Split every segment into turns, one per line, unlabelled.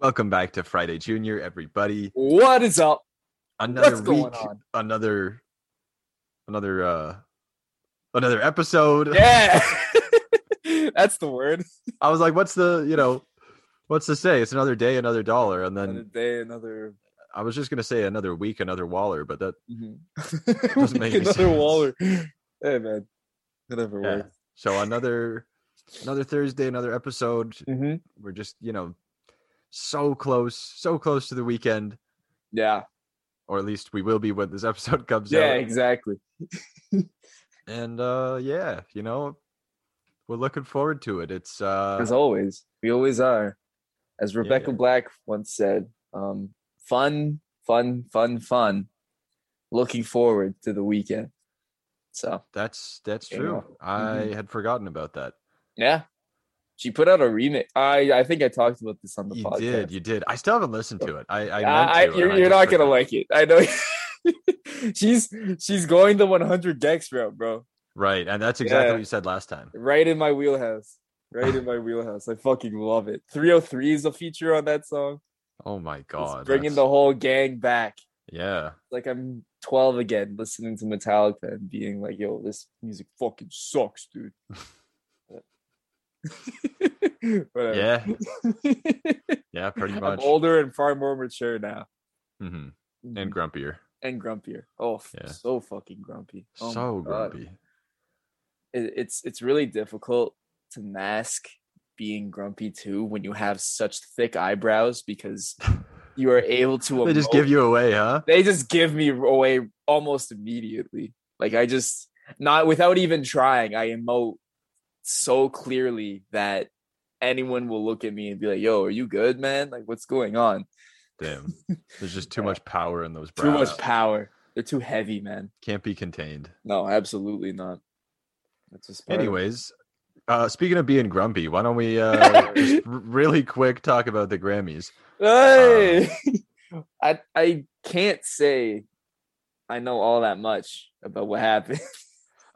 Welcome back to Friday Junior, everybody.
What is up?
Another
What's
week,
going on?
another, another, uh, another episode.
Yeah. That's the word.
I was like, "What's the, you know, what's to say? It's another day, another dollar." And
Another
then
day, another
I was just gonna say another week, another Waller, but that
mhm.
Doesn't make any
another
sense.
Waller. Hey man. Whatever
Yeah.
works.
so another, another Thursday, another episode.
Mhm.
We're just, you know, so close, so close to the weekend,
Yeah.
or at least we will be when this episode comes
Yeah,
out.
exactly.
and uh yeah you know we're looking forward to it it's uh
As always. We always are. As Rebecca
yeah.
Black once said, um, fun, fun, fun, fun. Looking forward to the weekend. So
that's that's
Yeah. Mm-hmm.
true i had forgotten about that
yeah. She put out a remix. I I think I talked about this on the
you
podcast.
did you did i still haven't listened to it i i, meant
I,
to, and
you're,
I
you're
just
not gonna
forgot.
like it. I know. she's she's going the 100 Gex route, bro.
right and that's exactly
Yeah.
what you said last time
Right in my wheelhouse. Right in my wheelhouse. I fucking love it. 303 is a feature on that song.
oh my god
It's bringing the
that's-
whole gang back.
yeah
Like I'm 12 again, listening to Metallica and being like, "Yo, this music fucking sucks, dude." Whatever.
yeah yeah pretty
I'm
much
older and far more mature now.
hmm
Mm-hmm.
and grumpier
and grumpier. Oh, f-
Yeah.
so fucking grumpy. Oh my
so
God.
grumpy
It, it's it's really difficult to mask being grumpy too when you have such thick eyebrows because you are able to.
they just
emote-
give you away huh
They just give me away almost immediately. Like I just not without even trying. I emote so clearly that anyone will look at me and be like, "Yo, are you good, man? Like, what's going on?"
damn there's just too
Yeah.
much power in those
Too
brows
much power. They're too heavy, man.
can't be contained
No, absolutely not. That's just part of it.
Anyways, uh, speaking of being grumpy, why don't we uh, just r- really quick talk about the Grammys?
Hey, I I can't say I know all that much about what happened.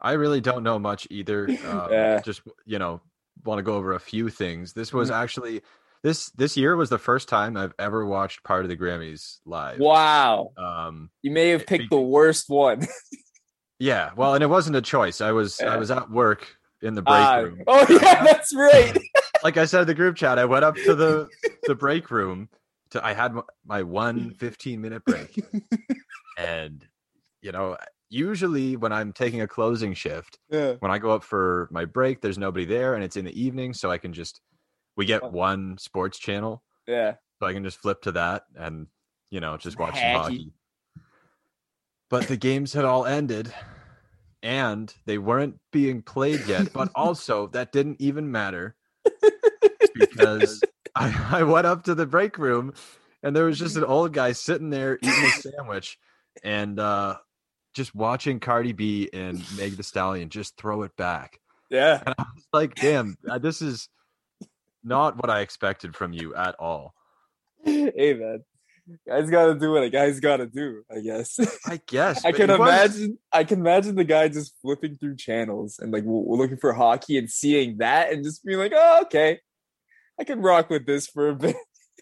I really don't know much either. Um,
Yeah.
Just you know, want to go over a few things. This was
Mhm.
actually this this year was the first time I've ever watched part of the Grammys live.
wow,
Um,
you may have
It
picked
beat-
the worst one.
yeah, well, and it wasn't a choice. I was
Yeah.
I was at work in the break
Ah,
room.
oh yeah, that's right.
like I said in the group chat, I went up to the the break room to I had my- my one 15 minute break. and you know, usually when I'm taking a closing shift,
yeah.
when I go up for my break, there's nobody there and it's in the evening, so I can just we get one sports channel,
yeah,
so I can just flip to that and you know, just watch some
Hockey.
hockey. But the games had all ended and they weren't being played yet, but also that didn't even matter because I, I went up to the break room and there was just an old guy sitting there eating a sandwich and uh, just watching Cardi B and Meg the Stallion just throw it back.
yeah.
It's like, damn, uh, this is not what I expected from you at all.
Hey man, guys gotta do what a guy's gotta do. I guess.
I guess.
I
but
can
he was-
imagine. I can imagine the guy just flipping through channels and like w- w- looking for hockey and seeing that and just being like, "Oh, okay, I can rock with this for a bit."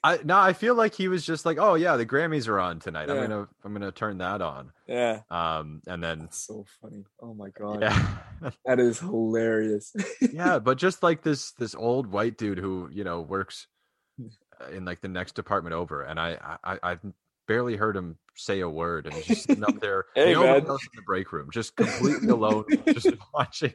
I no, I feel like he was just like, oh yeah, the Grammys are on tonight. I'm
Yeah.
gonna I'm gonna turn that on.
Yeah,
Um, and then
that's so funny. Oh my god,
yeah.
that is hilarious.
yeah but just like this this old white dude who you know works uh, in like the next department over and i i I- i've barely heard him say a word and he's just sitting up there
Hey,
nobody
man.
else in the break room just completely alone just watching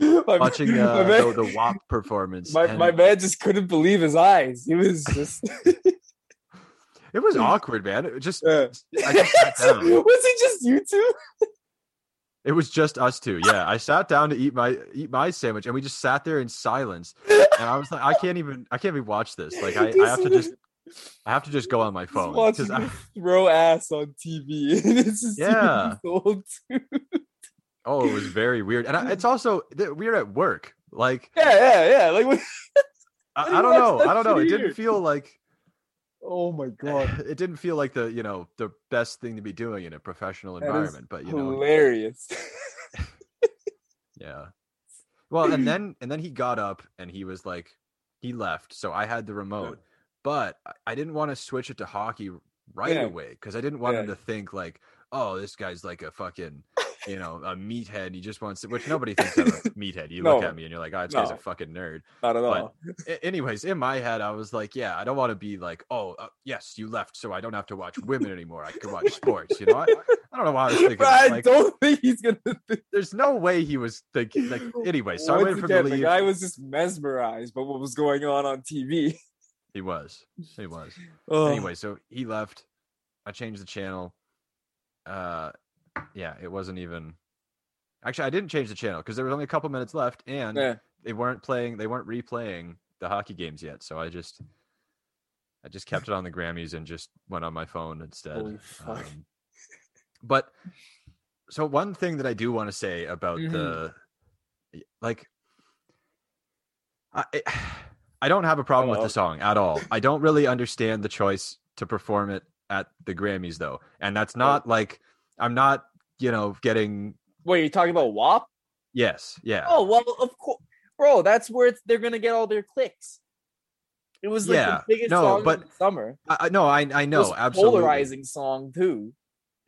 my,
watching
my
uh,
man,
the, the wap performance
my,
and
my man just couldn't believe his eyes. He was just.
it was awkward man it was just
Yeah.
I just sat down.
uh, was it just you two?
it was just us two yeah i sat down to eat my eat my sandwich and we just sat there in silence and i was like i can't even i can't even watch this like i, I have to just i have to just go on my phone
Just
'cause
watching
I-
him throw ass on TV. it's just
Yeah.
yeah. Old dude.
Oh, it was very weird, and I, it's also th- weird at work. Like
Yeah, yeah, yeah. Like, what- How do
I, I
you
don't
watch
know,
that
I don't know. It
shit
didn't
either?
feel like
oh my god.
it didn't feel like the you know the best thing to be doing in a professional
That is
environment. But you know,
hilarious.
yeah. Well, and then and then he got up and he was like, he left. So I had the remote, but I- I didn't want to switch it to hockey right
Yeah.
away because I didn't want him
Yeah.
to think like, oh, this guy's like a fucking, you know, a meathead. He just wants, to, which nobody thinks I'm a meathead. You look
No.
at me and you're like, oh, this guy's a
No.
fucking nerd.
Not at
But-
all.
A- anyways, in my head, I was like, yeah, I don't want to be like, oh, uh, yes, you left, so I don't have to watch women anymore. I can watch sports. You know, I, I don't know why I was thinking.
Bro,
that,
I
like,
don't think he's gonna. Think
there's no way he was thinking. Like, anyway, so I
Once
waited for him
again,
to
the
leave.
guy was just mesmerized by what was going on on TV.
He was. He was.
Oh,
anyway, so he left. I changed the channel. Uh, yeah, it wasn't even. Actually, I didn't change the channel because there was only a couple minutes left, and
yeah,
they weren't playing. They weren't replaying the hockey games yet. So I just, I just kept it on the Grammys and just went on my phone instead.
Holy fuck.
Um, but so one thing that I do want to say about
Mhm.
the, like, I. I don't have a problem with
Oh,
the song at all. I don't really understand the choice to perform it at the Grammys though. And that's
Oh.
not like I'm not, you know, getting
wait, you're talking about WAP?
yes, yeah.
Oh well, of course, bro. That's where it's, they're gonna get all their clicks. It was like
Yeah,
the biggest
no,
song
but-
of the summer.
I, I- no, I I
It
know,
was a
absolutely.
polarizing song too.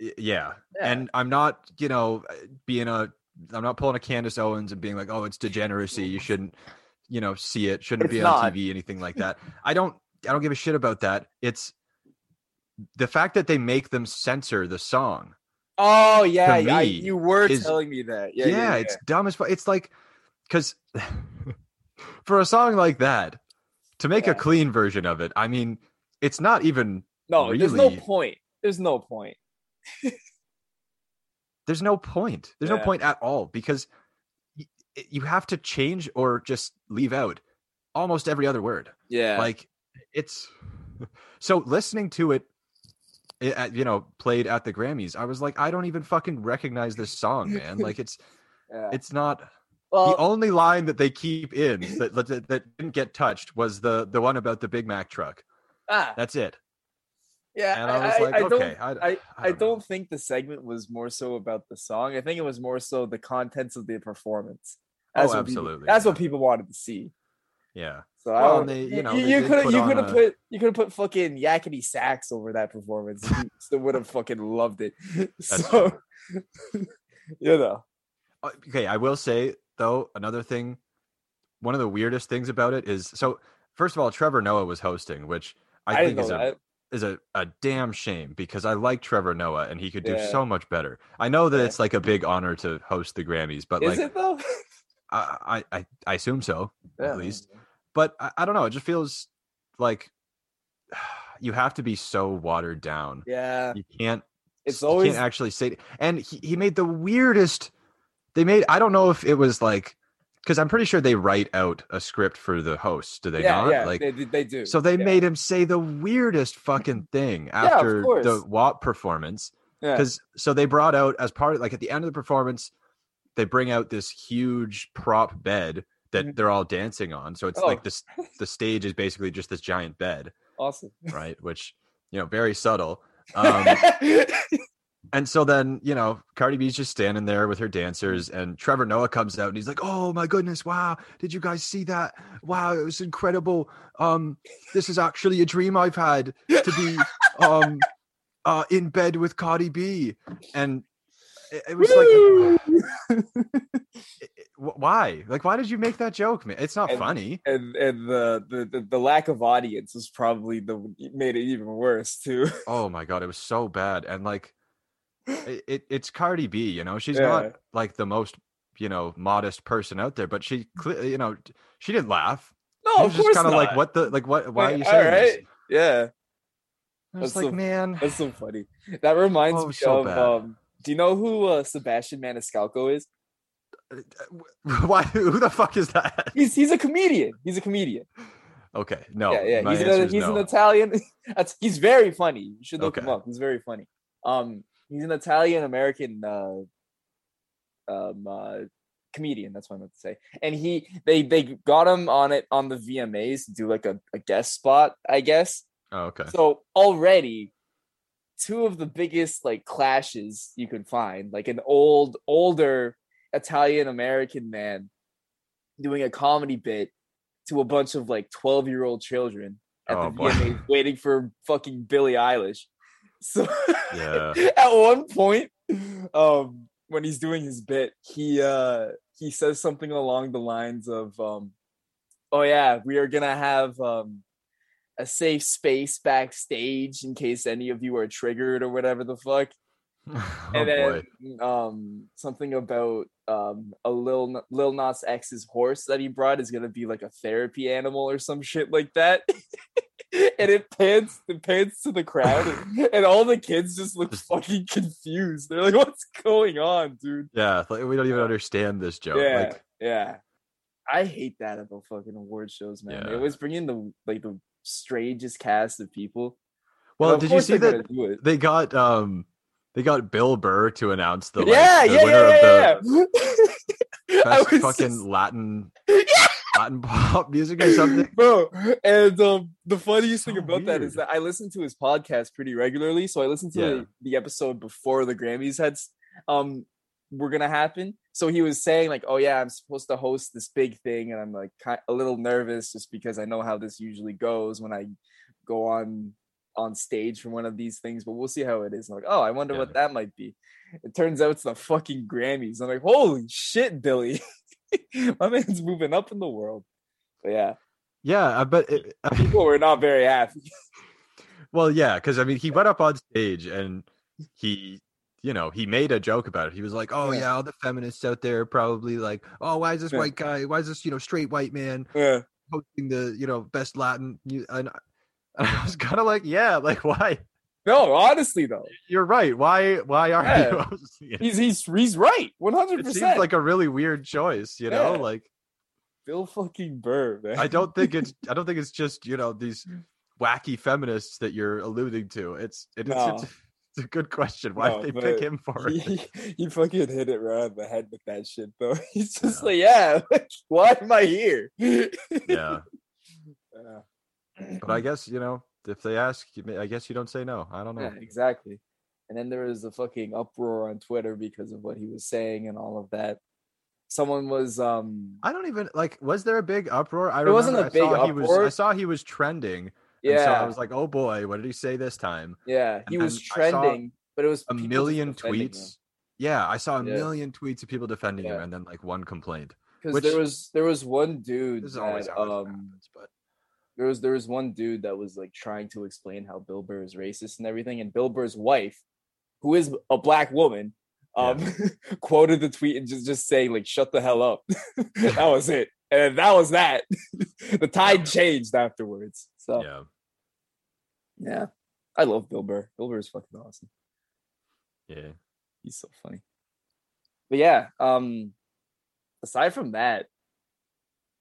Y- Yeah.
Yeah.
And I'm not, you know, uh, being a I'm not pulling a Candace Owens and being like, "Oh, it's degeneracy. You shouldn't, you know, see it. Shouldn't
Mm. It's
be on
not.
TV anything like that." I don't I don't give a shit about that. It's the fact that they make them censor the song.
Oh yeah, yeah, I-
me,
you were
is-
telling me that. Yeah,
yeah,
yeah, yeah.
it's dumb as fuck. It's like, because for a song like that, to make
Yeah.
a clean version of it, I mean, it's not even.
no. There's no
really-
point. There's no point.
There's no point. There's no
Yeah.
point at all because y- you have to change or just leave out almost every other word.
Yeah,
Like it's so listening to it. i- At, you know, played at the Grammys. I was like, I don't even fucking recognize this song, man. Like, it's
yeah.
it's not.
well,
the only line that they keep in that, that that didn't get touched was the the one about the Big Mac truck.
ah,
That's it.
yeah.
And I was like,
I don't
okay, I,
I, I,
know.
don't, think the segment was more so about the song. I think it was more so the contents of the performance.
Oh,
what people-
absolutely,
that's
yeah.
what people wanted to see.
Yeah,
So
Well,
I don't,
and they- you
you
know,
know, you,
they did
could have
put
you
on
could have
a-
put you could have put fucking yakety sax over that performance. You still would have fucking loved it. so you know,
Uh, okay. I will say though another thing, one of the weirdest things about it is so. First of all, Trevor Noah was hosting, which I,
I,
think
didn't know
is a,
that.
is a, a damn shame because I like Trevor Noah and he could do
Yeah.
so much better. I know that
Yeah.
it's like a big honor to host the Grammys, but
Is
like
it though?
I, I I I assume so.
Yeah.
least. but I, I don't know. It just feels like you have to be so watered down.
Yeah,
You can't.
it's
you
always
can't actually say. And he, he made the weirdest. They made. I don't know if it was like because I'm pretty sure they write out a script for the hosts. Do they
yeah,
not?
yeah,
like
they, they do.
so they
yeah,
made him say the weirdest fucking thing after the
course.
WAP performance
yeah.
because so they brought out as part of like at the end of the performance they bring out this huge prop bed that
Mhm.
they're all dancing on so it's
Oh.
like this the stage is basically just this giant bed
awesome.
right which you know very subtle um, and so then you know cardi b's just standing there with her dancers and trevor noah comes out and he's like oh my goodness wow did you guys see that wow it was incredible um this is actually a dream i've had to be um uh in bed with cardi b and it, it was like
Woo!
wh- why like why did you make that joke man it's not
And-
funny
and and the, the the the lack of audience was probably the it made it even worse too.
oh my god it was so bad and like it, it it's cardi b you know she's
Yeah.
not like the most you know modest person out there but she clearly you know she didn't laugh
No,
She
Mm. Oh, of
was just
course
kind of like
not.
what the like what why are
Like,
you saying
alright,
this
Yeah,
i was
That's
like
so-
man
that's so funny. That reminds
Oh,
me
so
of.
bad.
Um, do you know who uh, Sebastian Maniscalco is?
why who the fuck is that
He's he's a comedian. He's a comedian.
okay no
yeah, yeah.
my
He's,
answer
an,
is
he's
no.
an Italian. That's, he's very funny. You should look him
Okay.
up. He's very funny. Um, he's an Italian American uh, um, uh, comedian. That's what I meant to say. And he they they got him on it on the VMAs to do like a, a guest spot, I guess.
oh, okay
So already two of the biggest like clashes you can find, like an old older Italian American man doing a comedy bit to a bunch of like 12 year old children at
Oh,
the
boy.
VMAs waiting for fucking Billie Eilish. So
Yeah.
at one point, um, when he's doing his bit, he uh he says something along the lines of um, oh yeah, we are gonna have um a safe space backstage in case any of you are triggered or whatever the fuck
Oh
and
boy.
then um something about um a lil N- lil Nas X's horse that he brought is gonna be like a therapy animal or some shit like that. and it pans it pans to the crowd and, and all the kids just look
Just-
fucking confused. They're like, what's going on, dude?
Yeah. Like, we don't even understand this joke.
yeah,
Like,
yeah. I hate that about fucking award shows, man. They
Yeah.
always bring in the like the strangest cast of people.
well,
And of
did you
course
see
they're
that
gonna do it.
they got um they got Bill Burr to announce the like,
yeah,
the
yeah,
winner
yeah, yeah,
of
yeah.
the
I
best
was
fucking
just-
Latin
Yeah.
Latin pop music or something.
bro. And um, the funniest thing
So
about that is
weird.
that I listen to his podcast pretty regularly. So I listened to
Yeah.
the, the episode before the Grammys had s- um were gonna happen. So he was saying like, "Oh yeah, I'm supposed to host this big thing," and I'm like ki- a little nervous just because I know how this usually goes when I go on on stage for one of these things. But we'll see how it is. I'm like, oh, I wonder
Yeah.
what that might be. It turns out it's the fucking Grammys. I'm like, holy shit, Billy. My man's moving up in the world. But yeah
Yeah, I bet. It, uh,
people were not very happy.
well, yeah, because I mean, he went up on stage and he, you know, he made a joke about it. He was like, "Oh
Yeah.
yeah, all the feminists out there are probably like, oh, why is this
Yeah.
white guy? Why is this you know straight white man
Yeah.
hosting the you know best Latin?" mu- And I- and I was kind of like, "Yeah, like why?
No, honestly though,
You're right. Why? Why are you
Yeah.
hosting it?
he's he's he's right, one hundred
It seems
percent.
like
Like
a really weird choice, you know.
Yeah.
Like
Bill fucking Burr, man.
I don't think it's I don't think it's just you know these wacky feminists that you're alluding to. It's it is
No.
it's, it's a good question. Why
No,
did they pick
but
him for
He,
it?
he- he fucking hit it right on the head with that shit though. He's just
Yeah.
like, yeah, like, why am I here?
Yeah,
Yeah.
but I guess you know if they ask, you may- I guess you don't say no. I don't know.
Yeah, exactly. And then there was the fucking uproar on Twitter because of what he was saying and all of that. Someone was um
I don't even like. Was there a big uproar? I
There wasn't
remember I
a big
saw he was. I
uproar.
saw he was trending. and so I
yeah
was like, oh boy, what did he say this time?
yeah he
and
was
then I saw
trending, but it was
A
people just
million
defending him.
tweets. Yeah, I saw a
Yeah.
million tweets of people defending him,
Yeah.
and then like one complained.
because
Which-
there was there was one dude
This is
that,
always how it
um
happens, but
there was there was one dude that was like trying to explain how Bill Burr is racist and everything, and Bill Burr's wife, who is a black woman, um quoted the tweet and just just saying like shut the hell up. that was it. And that was that. the tide changed afterwards. So yeah.
yeah,
I love Bill Burr. Bill Burr is fucking awesome.
yeah.
He's so funny. But yeah, um aside from that,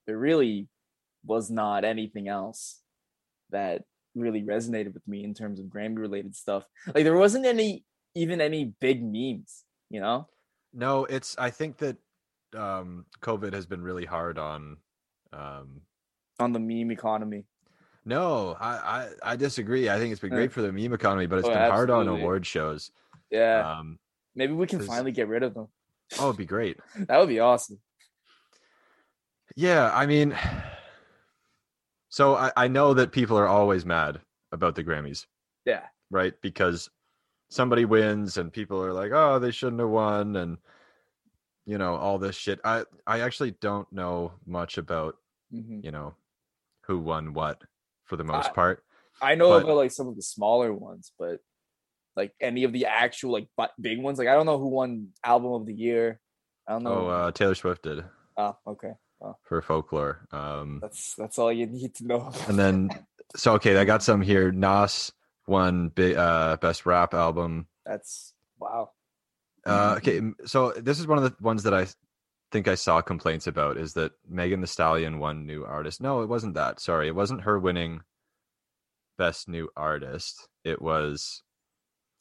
there really was not anything else that really resonated with me in terms of Grammy related stuff. Like there wasn't any even any big memes, you know?
No, it's I think that um COVID has been really hard on um
On the meme economy.
no, I I, I disagree. I think it's been
Yeah.
great for the meme economy, but it's
Oh,
been hard on
absolutely.
award shows.
Yeah.
Um
Maybe we can
there's-
finally get rid of them.
oh it'd be great.
That would be awesome.
Yeah, I mean so I, I know that people are always mad about the Grammys,
Yeah.
right? Because somebody wins and people are like, oh, they shouldn't have won and you know, all this shit. I I actually don't know much about
Mhm.
you know, who won what for the most
I-
part.
I know
But-
about like some of the smaller ones, but like any of the actual like bu- big ones, like I don't know who won album of the year. I don't know.
Oh, uh, Taylor Swift did
Oh, okay.
for folklore. Um,
That's that's all you need to know.
and then, so okay, I got some here. Nas won big, uh, best rap album.
that's wow. Mm-hmm.
Uh, okay, m- so this is one of the ones that I s- think I saw complaints about is that Megan the Stallion won new artist. No, it wasn't that. Sorry, it wasn't her winning best new artist. It was,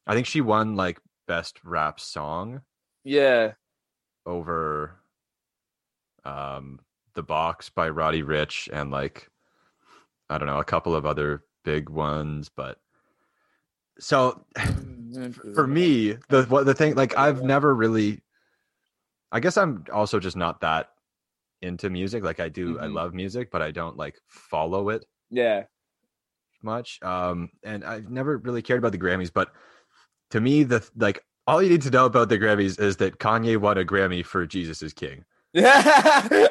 I think she won like best rap song.
Yeah.
over um the box by roddy rich and like i don't know a couple of other big ones but so
Mm-hmm.
for me the what the thing like i've never really i guess i'm also just not that into music like i do i
Mhm.
love music but i don't like follow it
Yeah.
much. Um, and I've never really cared about the Grammys, but to me, the like all you need to know about the Grammys is that Kanye won a Grammy for Jesus is King.
Yeah,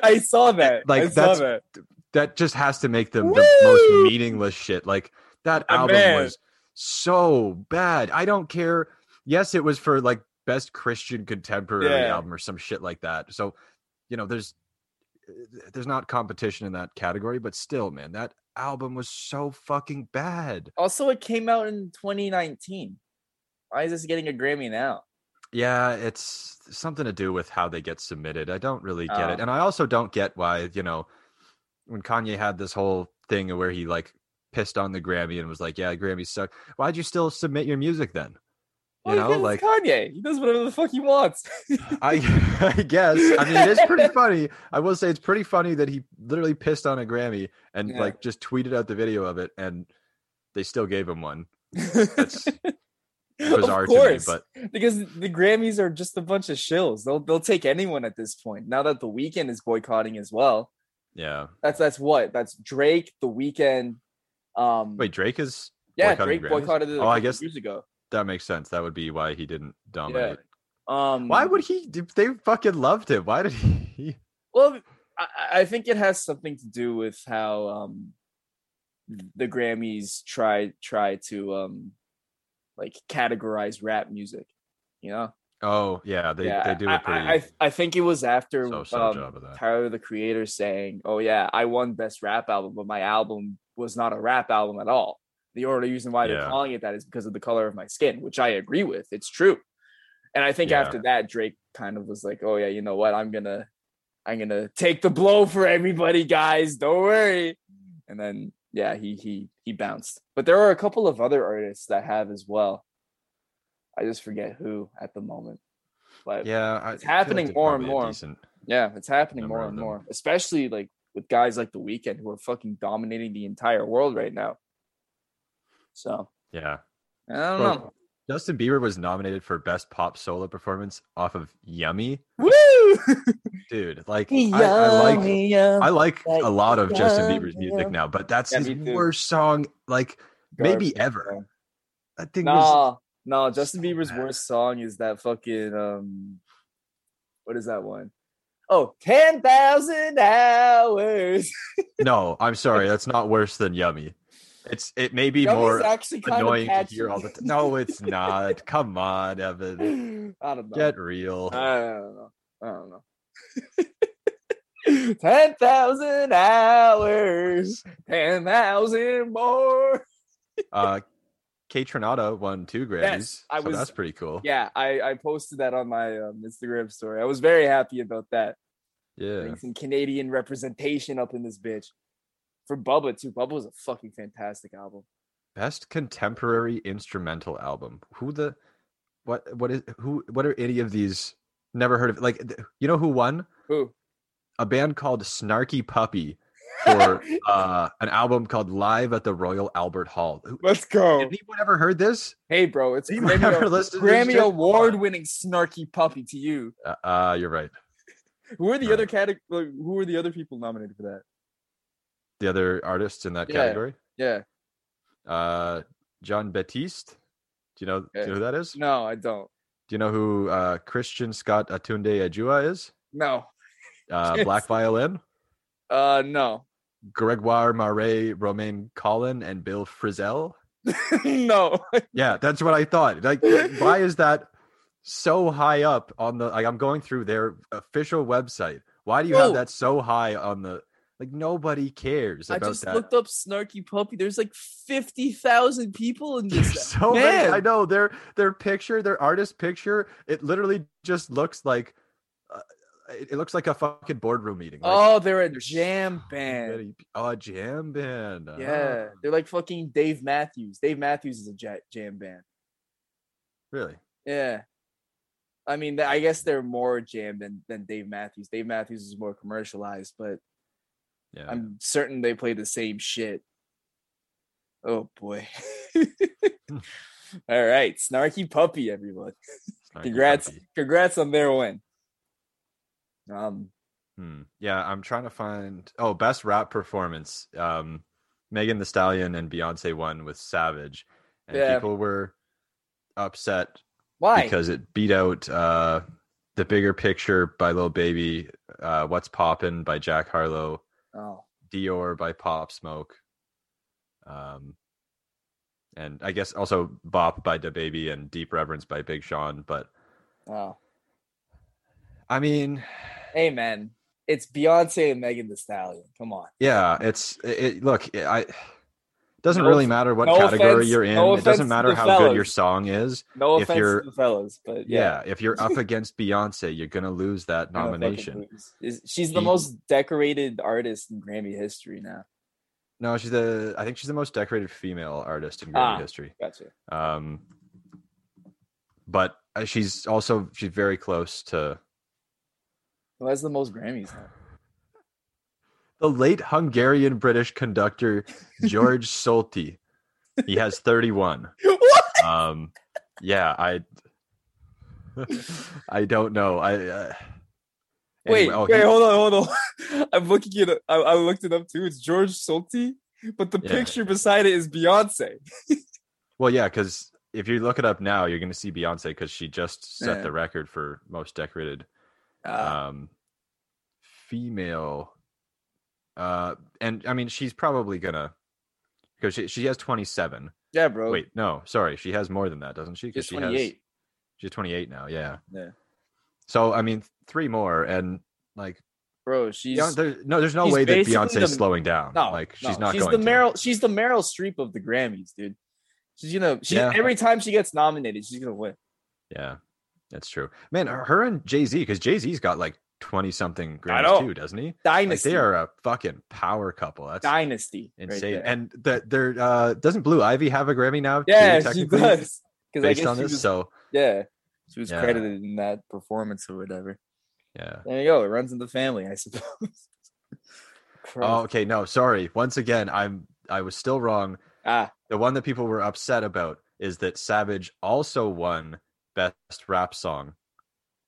I saw that.
Like,
I saw
that's-
that.
That just has to make them the
Woo!
most meaningless shit. Like that
My
album
man.
was so bad. I don't care. Yes, it was for like best Christian contemporary
Yeah.
album or some shit like that. So, you know, there's there's not competition in that category, but still, man, that album was so fucking bad.
Also, it came out in 2019. Why is this getting a Grammy now?
Yeah, it's something to do with how they get submitted. I don't really get it.
Oh.
And I also don't get why, you know, when Kanye had this whole thing where he like pissed on the Grammy and was like, yeah, Grammys suck. Why'd you still submit your music then? You
Well,
know,
because
like-
it's Kanye. He does whatever the fuck he wants.
I, I guess. I mean, it is pretty funny. I will say it's pretty funny that he literally pissed on a Grammy and
Yeah.
like just tweeted out the video of it and they still gave him one. That's Bizarre
of
to me,
course,
but
because the Grammys are just a bunch of shills. They'll they'll take anyone at this point. Now that the weekend is boycotting as well.
yeah.
That's that's what that's Drake, the weekend. Um,
Wait, Drake is
yeah,
boycotting
Drake
Grammys?
boycotted it. a
Oh, I
couple
guess-
years ago.
that makes sense. That would be why he didn't dominate.
Um,
Why would he? They fucking loved him. Why did he?
Well, I, I think it has something to do with how um, the Grammys try try to um, like categorize rap music. You know,
Oh yeah, they
yeah,
they do a
I-
pretty
I, I I think it was after
so so
um,
job of that.
Tyler the Creator saying, "Oh yeah, I won best rap album, but my album was not a rap album at all." The only reason why they're
Yeah.
calling it that is because of the color of my skin, which I agree with. It's true. And I think
Yeah.
after that, Drake kind of was like, "Oh yeah, you know what? I'm gonna, I'm gonna take the blow for everybody, guys. Don't worry." And then yeah, he he he bounced. But there are a couple of other artists that have as well. I just forget who at the moment, but
Yeah, I
it's
feel like
happening
there's
more and
probably a
more.
decent-
yeah, it's happening
number
more
of
and
them.
more, especially like with guys like The Weeknd who are fucking dominating the entire world right now. So
yeah,
I don't
Bro,
know.
Justin Bieber was nominated for best pop solo performance off of Yummy,
Woo!
dude. Like I, I like I like
like
a lot of Justin Bieber's
yummy,
music now, but that's
Yeah,
his
me too.
worst song. Like maybe ever. That thing was
No, no, Justin
so
Bieber's
bad.
worst song is that fucking um, what is that one? Oh, 10,000 hours.
no. I'm sorry, that's not worse than Yummy. It's it may be
Yummy's
more
actually kind
annoying
of
to
catchy.
hear all the time. No, it's not. Come on, Evan.
I don't know.
Get real.
I don't know. I don't know. Ten thousand hours, ten thousand more.
Uh, Kate Trinata won two Grammys.
Yes, I
so
was-
that's pretty cool.
Yeah, I I posted that on my um, Instagram story. I was very happy about that.
Yeah.
Bring some Canadian representation up in this bitch. For Bubba too. Bubba was a fucking fantastic album.
Best contemporary instrumental album. Who the what what is who what are any of these never heard of like th- you know who won?
Who?
A band called Snarky Puppy for uh an album called Live at the Royal Albert Hall. Who,
Let's go.
anyone ever heard this?
Hey, bro, it's
Anyone ever
Oh. Grammy,
listened to this
Grammy
shit?
award-winning snarky puppy to you.
Uh, uh you're right.
Who are the
Right.
other category? Who are the other people nominated for that?
The other artists in that
Yeah.
category?
Yeah.
Uh John Baptiste. Do you know, do
Okay.
you know who that is?
No, I don't.
Do you know who uh, Christian Scott Atunde Ajua is?
No.
Uh,
Yes.
Black violin.
Uh no.
Gregoire Marais, Romain Collin, and Bill Frisell.
no.
Yeah, that's what I thought. Like, why is that so high up on the? Like, I'm going through their official website. Why do you have
Bro.
that so high on the? Like, nobody cares
I
about
just
that.
looked up Snarky Puppy. There's like 50,000 people in
There's
this.
so many.
Man.
I know their their picture, their artist picture. It literally just looks like uh, it, it looks like a fucking boardroom meeting. Like,
oh, they're a
there's
jam band.
Very- Oh, a jam band. ah,
Yeah. They're like fucking Dave Matthews. Dave Matthews is a ja- jam band.
really?
Yeah. I mean, th- I guess they're more jam than, than Dave Matthews. Dave Matthews is more commercialized, but
Yeah.
I'm certain they play the same shit. Oh boy. All right. Snarky Puppy, everyone.
it's not
congrats
Kentucky.
congrats on their win um
Hmm. Yeah, I'm trying to find. Oh, best rap performance. Um, Megan the Stallion and Beyonce won with Savage, and
Yeah.
people were upset
Why?
because it beat out uh, the bigger picture by Lil Baby, uh, What's Poppin' by Jack Harlow,
oh,
Dior by Pop Smoke, um, and I guess also Bop by Da Baby and Deep Reverence by Big Sean. But
wow.
I mean,
Hey, man, it's Beyonce and Megan The Stallion. Come on.
yeah, it's it, it- look, it, I doesn't
No
really
off-
matter what
no
category
offense-
you're in.
no
it
offense to
doesn't matter
the
how good
fellas.
your song is.
No
If
offense
you're-
to the fellas, but
Yeah,
yeah.
if you're up against Beyonce, you're gonna lose that
you're gonna fucking
nomination.
lose. Is- She's the
She-
most decorated artist in Grammy history now.
No, she's the. I think she's the most decorated female artist in Grammy
Ah.
history.
Gotcha.
Um, but uh, she's also she's very close to
Who has the most Grammys now?
the late Hungarian British conductor George Solti. He has 31.
what?
Um, yeah, I. I don't know. I. Uh,
Wait,
anyway- oh,
wait,
he-
hold on, hold on. I'm looking it up. I, I looked it up too. It's George Solti, but the
Yeah.
picture beside it is Beyonce.
Well, yeah, because if you look it up now, you're going to see Beyonce because she just set
Yeah.
the record for most decorated
Uh,
um female uh and i mean she's probably gonna because she, she has 27
yeah, bro.
wait no sorry she has more than that doesn't she 'Cause she
Oh. she's 28.
has she's 28 now yeah
Yeah.
so i mean three more and like
bro, she's
Beyonce, there's, no there's no
she's
way that
basically
beyonce's
the-
slowing down
no,
like
no,
she's not
She's
going
the
to.
Meryl. She's the Meryl Streep of the Grammys, dude. She's gonna. She
Yeah.
every time she gets nominated, she's gonna win.
yeah that's true man her her and jay-z because jay-z's got like 20 something
know.
grams too doesn't he like,
Dynasty.
they are a fucking power couple that's
dynasty. right
insane.
there.
and that there uh doesn't Blue Ivy have a Grammy now? too,
yeah, she
technically,
does. Because I
Based
guess
on
she
this,
was,
so
yeah, she was
Yeah.
credited in that performance or whatever.
yeah.
There you go. It runs in the family, I suppose.
Oh,
Christ.
okay. No, sorry. Once again, I'm I was still wrong.
ah,
The one that people were upset about is that Savage also won Best Rap Song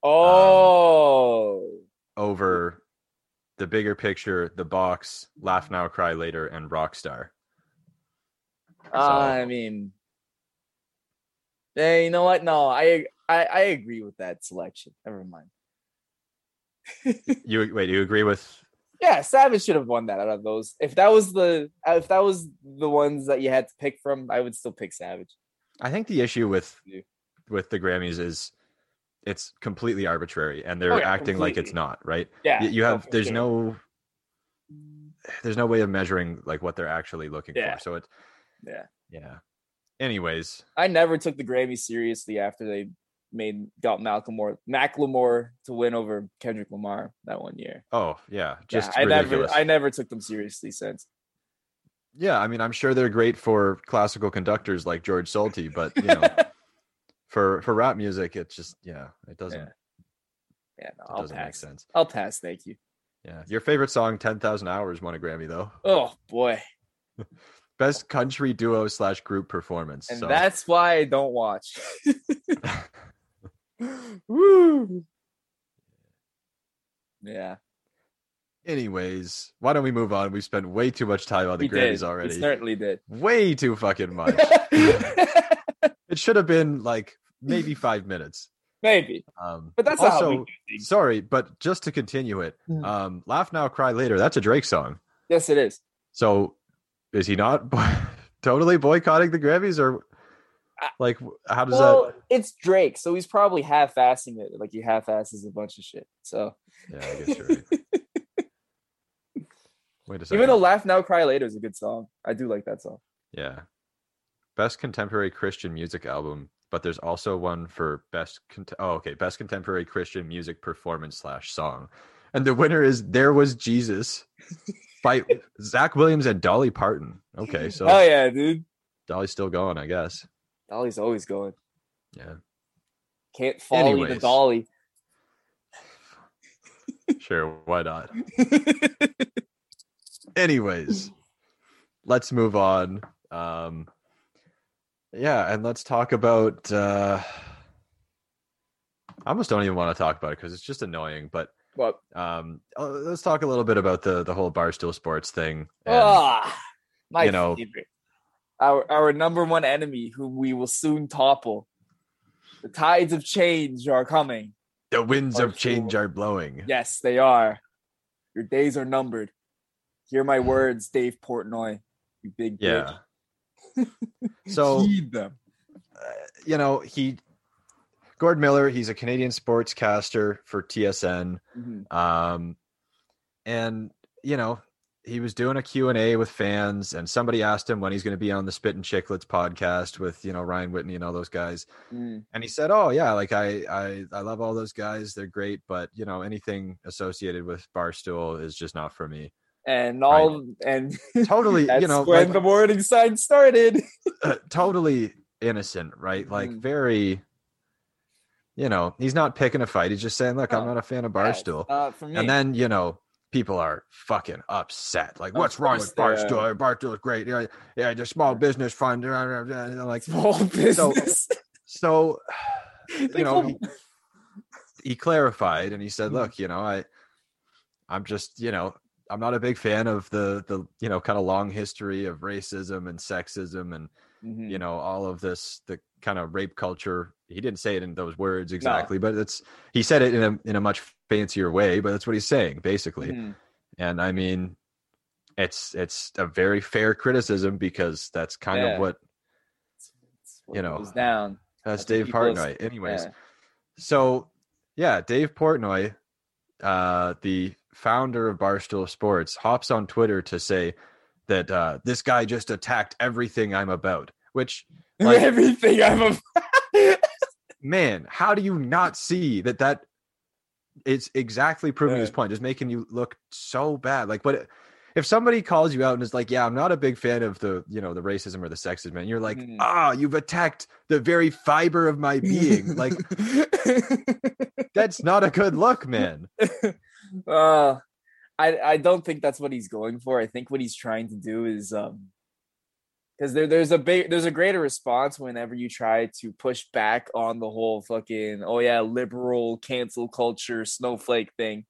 Um,
oh,
over the bigger picture, the box, Laugh Now, Cry Later, and Rockstar.
I mean, hey, you know what? No, I, I, I agree with that selection. Never mind.
You wait, you agree with
Yeah, Savage should have won that out of those. If that was the, if that was the ones that you had to pick from, I would still pick Savage.
I think the issue with
Yeah.
with the Grammys is it's completely arbitrary and they're
Oh, yeah,
acting like it's
completely.
not, right?
Yeah,
Y- you
no,
have
for
there's
sure.
no there's no way of measuring like what they're actually looking
Yeah.
for so it
Yeah.
yeah anyways
I never took the Grammy seriously after they made got Malcolm Moore, Macklemore to win over Kendrick Lamar that one year.
oh yeah
Yeah,
just
I
ridiculous
never I never took them seriously since.
yeah i mean i'm sure they're great for classical conductors like george solti but you know for for rap music it's just yeah it doesn't
Yeah, yeah, no,
it
I'll
doesn't make
pass.
sense
I'll pass. Thank you.
yeah your favorite song 10000 hours won a grammy though
Oh boy,
best country duo slash group performance
and
so
that's why I don't watch. Woo. Yeah,
anyways why don't we move on we've spent way too much time on the
we
grammys
did.
already
We certainly did.
way too fucking much It should have been like maybe five minutes.
Maybe,
Um,
but that's not how we
also
do things.
sorry, but just to continue it,
Mm.
um, "Laugh Now, Cry Later" that's a Drake song.
Yes, it is.
So is he not totally boycotting the Grammys, or
I-
like w- how does
Well, it's Drake, so he's probably half-assing it. Like he half-asses a bunch of shit. So
that? Yeah, I guess you're right. Wait a second.
even though "Laugh Now, Cry Later" is a good song, I do like that song.
yeah, best contemporary Christian music album. But there's also one for best. Cont- oh, okay, best contemporary Christian music performance slash song, and the winner is "There Was Jesus" by Zach Williams and Dolly Parton. Okay, so
oh yeah, dude,
Dolly's still going, I guess.
Dolly's always going.
Yeah,
Can't follow you to
Anyways.
Dolly.
sure, why not? Anyways, let's move on. Um, yeah, and let's talk about. Uh, I almost don't even want to talk about it because it's just annoying, but.
but
Um, uh, let's talk a little bit about the the whole barstool sports thing. And
ah, My
You know-
favorite. Our our number one enemy, whom we will soon topple. The tides of change are coming.
The winds
Are
of change
cool.
are blowing.
Yes, they are. Your days are numbered. Hear my words, Dave Portnoy. You big
Yeah.
dick.
So
heed them.
you know he, Gord Miller. He's a Canadian sportscaster for TSN.
Mhm.
um and you know he was doing a q&a with fans and somebody asked him when he's going to be on the spit and chicklets podcast with you know ryan whitney and all those guys
Mm.
and he said oh yeah like i i, I love all those guys they're great but you know anything associated with barstool is just not for me
And all and
Totally, you
that's
know,
when
like- uh,
the warning sign started.
totally innocent right like
Mhm.
very you know he's not picking a fight he's just saying look i'm
No.
not a fan of
Yeah, it's
barstool
not Uh, for me.
And then you know people are fucking upset. Like,
Of
what's wrong with
course they
Barstool? Barstool is great. Yeah, yeah, they're small business fund. blah, blah, blah, and I'm like,
small business.
so
They
you know
call-
he, he clarified and he said,
Mhm.
look, you know, I, I'm just you know I'm not a big fan of the the you know kind of long history of racism and sexism and
Mhm.
you know all of this the kind of rape culture. He didn't say it in those words exactly, but it's he said it in a in a much fancier way. But that's what he's saying basically
Mhm.
and i mean it's it's a very fair criticism because that's kind
Yeah.
of what
It's- it's what
you know,
goes down.
that's
think
dave
people's-
portnoy anyways
Yeah.
so yeah dave portnoy uh the founder of barstool sports hops on twitter to say that uh this guy just attacked everything i'm about which Like-
Everything I'm a
man how do you not see that that it's exactly proving his
Yeah.
point just making you look so bad like what if somebody calls you out and is like yeah i'm not a big fan of the you know the racism or the sexism and you're like
Mhm.
ah you've attacked the very fiber of my being like that's not a good look man
uh, I I don't think that's what he's going for. I think what he's trying to do is um because there there's a big there's a greater response whenever you try to push back on the whole fucking oh yeah liberal cancel culture snowflake thing.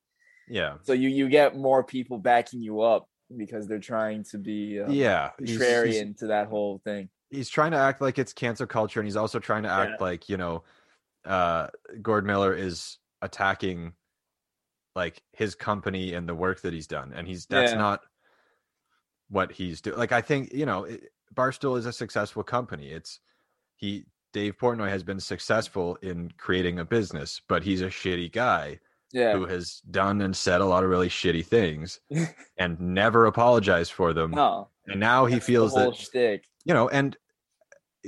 yeah
So you you get more people backing you up because they're trying to be um,
yeah he's-
contrarian
he's,
to that whole thing.
he's trying to act like it's cancel culture and he's also trying to act like you know uh gord miller is attacking like his company and the work that he's done and he's that's
Yeah.
not what he's doing like i think you know it, barstool is a successful company it's he dave portnoy has been successful in creating a business but he's a shitty guy
Yeah.
who has done and said a lot of really shitty things and never apologized for them
No.
and now he
that's the
feels
whole
that
shtick.
you know and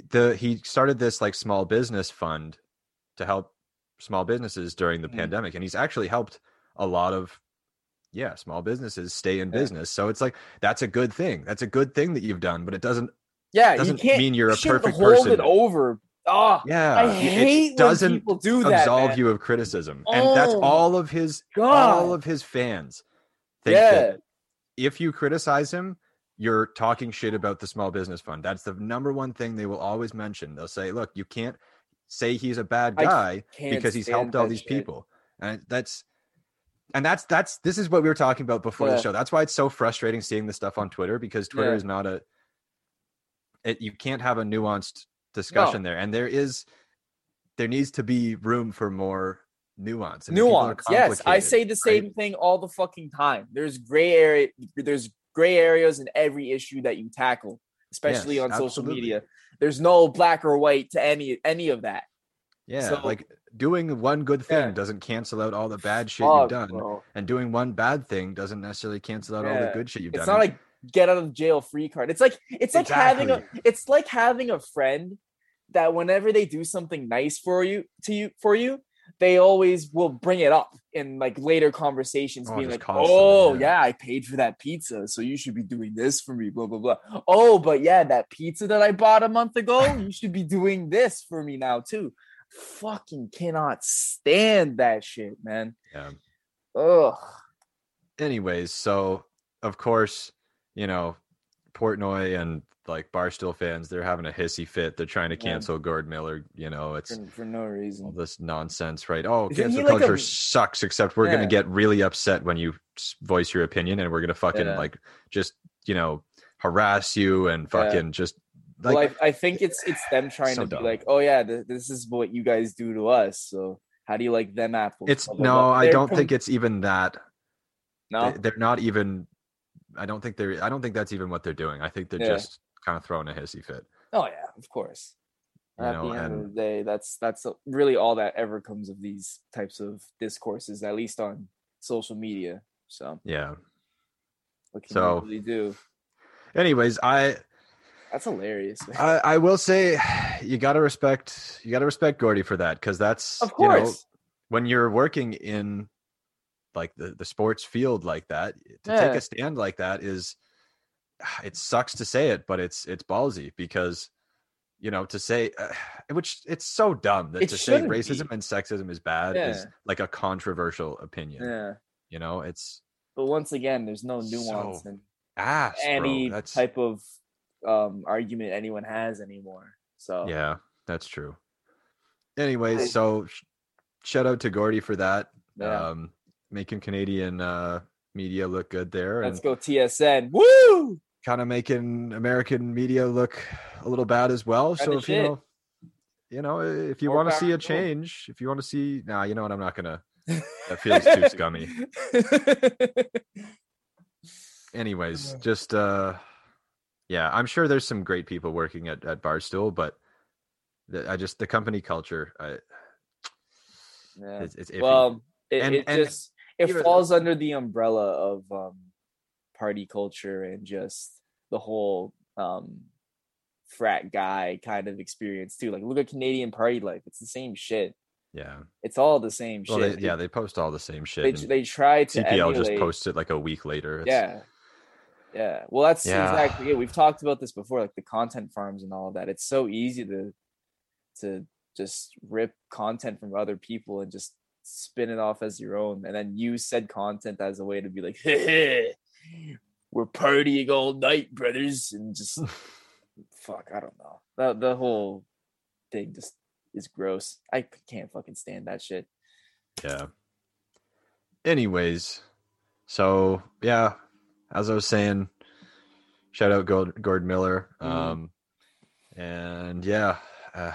the he started this like small business fund to help small businesses during the
Mhm.
pandemic and he's actually helped a lot of yeah small businesses stay in
Yeah.
business so it's like that's a good thing that's a good thing that you've done but it doesn't
Yeah, you
doesn't
can't
mean you're
you
a
shouldn't
perfect
hold
person
it over. Ah,
yeah
I
it
hate when
doesn't
people do that.
absolve
man.
you of criticism and that's
Oh,
all of his
God.
all of his fans think
yeah,
that if you criticize him, you're talking shit about the small business fund. That's the number one thing they will always mention. They'll say, "Look, you can't say he's a bad
I
guy
can't
because he's
stand
helped all
that
these
shit.
people." And that's and that's that's this is what we were talking about before
Yeah.
the show. That's why it's so frustrating seeing this stuff on Twitter because Twitter
Yeah.
is not a it, you can't have a nuanced discussion there. And there is there needs to be room for more nuance. and people are
Nuance. Yes, I
complicated.
say the same thing all the fucking time. There's gray area. There's gray areas in every issue that you tackle, especially
Yes,
on social
absolutely.
media. There's no black or white to any any of that.
Yeah,
So-
like doing one good thing
Yeah.
doesn't cancel out all the bad shit
Fuck,
you've done,
bro.
and doing one bad thing doesn't necessarily cancel out all the
Yeah.
good shit you've
It's
done.
not like get out of jail free card. It's like it's like having a it's like having a friend that whenever they do something nice for you to you for you, they always will bring it up in like later conversations,
Oh,
being
just
like,
constantly,
"Oh
yeah.
yeah, I paid for that pizza, so you should be doing this for me." Blah blah blah. Oh, but yeah, that pizza that I bought a month ago, you should be doing this for me now too. Fucking cannot stand that shit, man.
Yeah.
Ugh.
Anyways, so of course, you know, Portnoy and like Barstool fans, they're having a hissy fit. They're trying to
Yeah.
cancel Gord Miller. You know, it's
For, for no
all
reason.
this nonsense, right? Oh,
Isn't he
cancel
like a-
culture sucks. Except we're
Yeah.
gonna get really upset when you s- voice your opinion, and we're gonna fucking
Yeah.
like just you know harass you and fucking just like
well, I, I think it's it's them trying
So
to
dumb.
be like, oh yeah, th- this is what you guys do to us. So how do you like them apples?
it's
Blah, blah,
no,
blah.
I
They're
don't
com-
think it's even that.
no.
They, they're not even. I don't think they're. I don't think that's even what they're doing. I think they're
Yeah.
just kind of throwing a hissy fit.
Oh yeah, of course.
You
At
know,
the end of
and-
the day, that's that's really all that ever comes of these types of discourses, at least on social media. So
Yeah.
what can
So-
you really do?
Anyways, I
That's hilarious. man.
I, I will say you gotta respect you gotta respect Gordy for that because that's
of
you know
course.
when you're working in like the, the sports field like that eh, to take
Yeah.
a stand like that is it sucks to say it but it's it's ballsy because you know to say uh, which it's so dumb that
It
to say
shouldn't
racism and sexism is bad is
Yeah.
like a controversial opinion
yeah.
you know it's
But once again, there's no nuance
So
in
ass bro.
any
that's
type of um, argument anyone has anymore. So
yeah that's true anyway
I-
so sh- shout out to gordy for that
yeah.
um making canadian uh media look good there and
let's go TSN. Woo!
kind of making American media look a little bad as well.
Kinda
so if you
shit.
know, you know, if you
More
want to
power
see a
to 'em.
change, if you want to see, nah, you know what? I'm not gonna. That feels too scummy. Anyways,
Yeah.
just uh, yeah, I'm sure there's some great people working at at Barstool, but the, I just the company culture, I,
Yeah.
it's, it's iffy.
Well, it,
And-
it
and
just it
even-
falls under the umbrella of um, party culture and just the whole um, frat guy kind of experience too. Like, look at Canadian party life; it's the same shit.
yeah,
It's all the same
well,
shit.
they, yeah, they post all the same shit.
they,
and
they try to
CPL
emulate.
just posts it like a week later. It's-
yeah yeah well that's
Yeah.
exactly it we've talked about this before like the content farms and all of that it's so easy to to just rip content from other people and just spin it off as your own and then use said content as a way to be like we're partying all night brothers and just fuck i don't know the, the whole thing just is gross i can't fucking stand that shit
Yeah. Anyways, so yeah, as I was saying, shout out Gold, Gord Miller.
Mhm.
Um, and yeah, uh,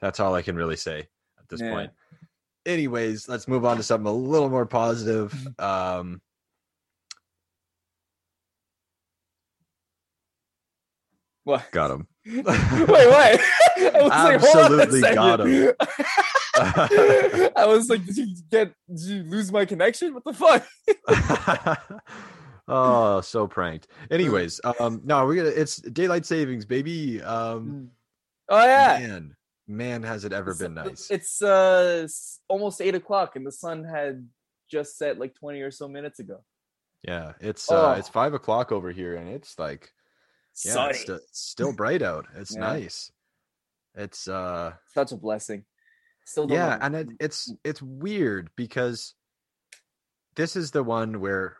that's all I can really say at this
Yeah.
point. Anyways, let's move on to something a little more positive.
Mm-hmm.
Um,
what
got him.
Wait, what? I was
Absolutely got him.
him. I was like, did you get? Did you lose my connection? What the fuck?
oh, so pranked. Anyways, um, no, we're gonna. It's daylight savings, baby. Um,
Oh yeah,
man, man, has it ever
It's-
been nice?
It's uh s- almost eight o'clock, and the sun had just set like twenty or so minutes ago.
Yeah, it's uh,
Oh.
it's five o'clock over here, and it's like yeah,
Sunny,
it's sti- it's still bright out. It's
Yeah.
nice. It's uh,
such a blessing. Still, don't
yeah,
know-
and it, it's
Mm.
it's weird because this is the one where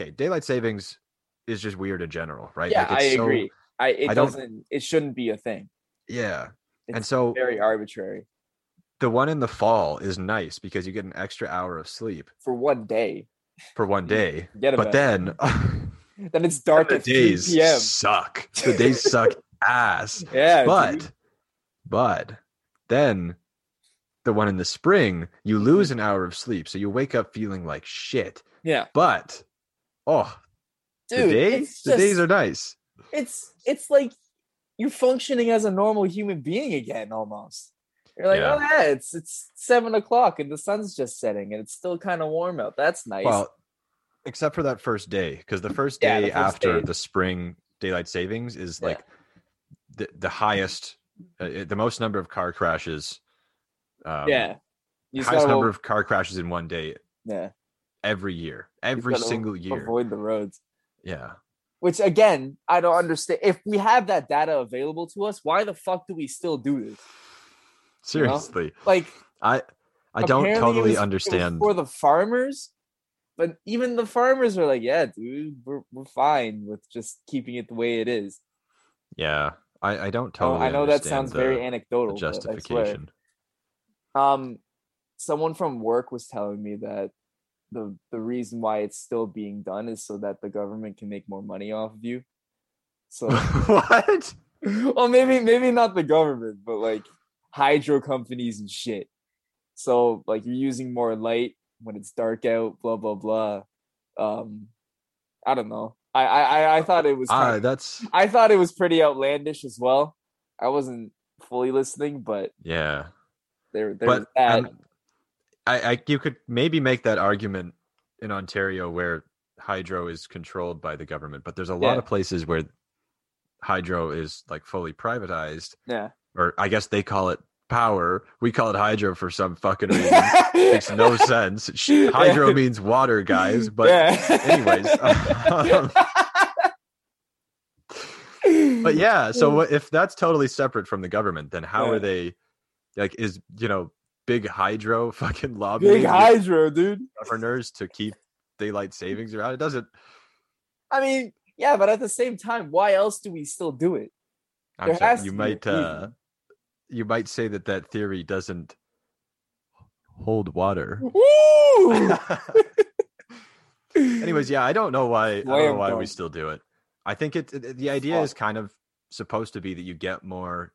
okay, daylight savings is just weird in general, right?
yeah,
it's
I agree. I it
I don't-
doesn't. It shouldn't be a thing.
Yeah, and
It's
so
Very arbitrary
the one in the fall is nice because you get an extra hour of sleep
for one day.
for one day,
Get
but then
then it's dark
the
at 3
days
p.m.
suck. The days suck ass.
Yeah, dude.
but but then the one in the spring you
Mm-hmm.
lose an hour of sleep so you wake up feeling like shit
yeah,
but oh
dude,
the days
it's
the days
just-
are nice
it's it's like you're functioning as a normal human being again almost. You're like,
Yeah.
oh yeah, it's it's seven o'clock and the sun's just setting and it's still kind of warm out. That's nice.
well except for that first day because the first
Yeah,
day
the first
after
day.
the spring daylight savings is
Yeah.
like the, the highest uh, uh, the most number of car crashes um,
yeah, you just
highest
gotta
number
wo-
of car crashes in one day
yeah,
every year
you
every
gotta
single year
avoid the roads.
yeah
Which again, I don't understand. If we have that data available to us, why the fuck do we still do this? You know?
seriously
Like,
I I don't
apparently it
totally
was- it was
understand.
for the farmers. But even the farmers are like, yeah, dude, we're, we're fine with just keeping it the way it is.
yeah, I I don't
Oh,
totally.
I know that
understand
sounds
the-
very
the
anecdotal. but I swear.
justification.
Um, someone from work was telling me that the the reason why it's still being done is so that the government can make more money off of you. So,
what?
well, maybe maybe not the government, but like hydro companies and shit. So like you're using more light when it's dark out. Blah blah blah. Um, I don't know. I I I- I thought it was.
Ah,
kind of-
that's
I thought it was pretty outlandish as well. I wasn't fully listening, but
yeah.
there there's
But
that.
um, I, I you could maybe make that argument in Ontario where hydro is controlled by the government, but there's a lot
Yeah.
of places where hydro is like fully privatized,
yeah.
or I guess they call it power. We call it hydro for some fucking reason. makes no sense. Sh- Hydro
Yeah.
means water, guys. But
Yeah.
anyways, um, but yeah. So what- if that's totally separate from the government, then how
Yeah.
are they? Like, is you know big hydro fucking lobbying
big
with
hydro, dude.
governors to keep daylight savings around? It doesn't.
I mean, yeah, but at the same time, why else do we still do it?
I'm
There
sorry,
has
you
to be a
might uh,
reason.
you might say that that theory doesn't hold water.
Woo!
uh, Anyways, yeah, I don't know why. I don't know
Slam
why we
dunk.
still do it. I think it, it- the idea is
Fuck.
kind of supposed to be that you get more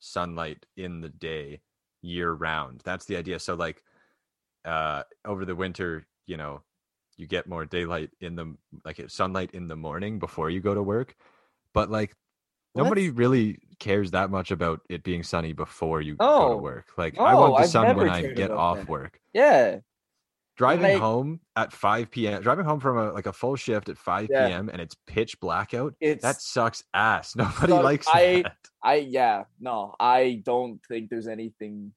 sunlight in the day year round. That's the idea. So like uh over the winter, you know, you get more daylight in the like sunlight in the morning before you go to work. But like
What?
nobody really cares that much about it being sunny before you go
No.
to work. Like I
Oh, No,
want the
I've
sun when
never
I
cared
get
about
off
that.
work
yeah,
driving
Like-
home at 5 p.m driving home from a like a full shift at 5
Yeah.
p.m and it's pitch blackout
it's
that sucks ass nobody
Suck-
likes
I-
that
I yeah, no, I don't think there's anything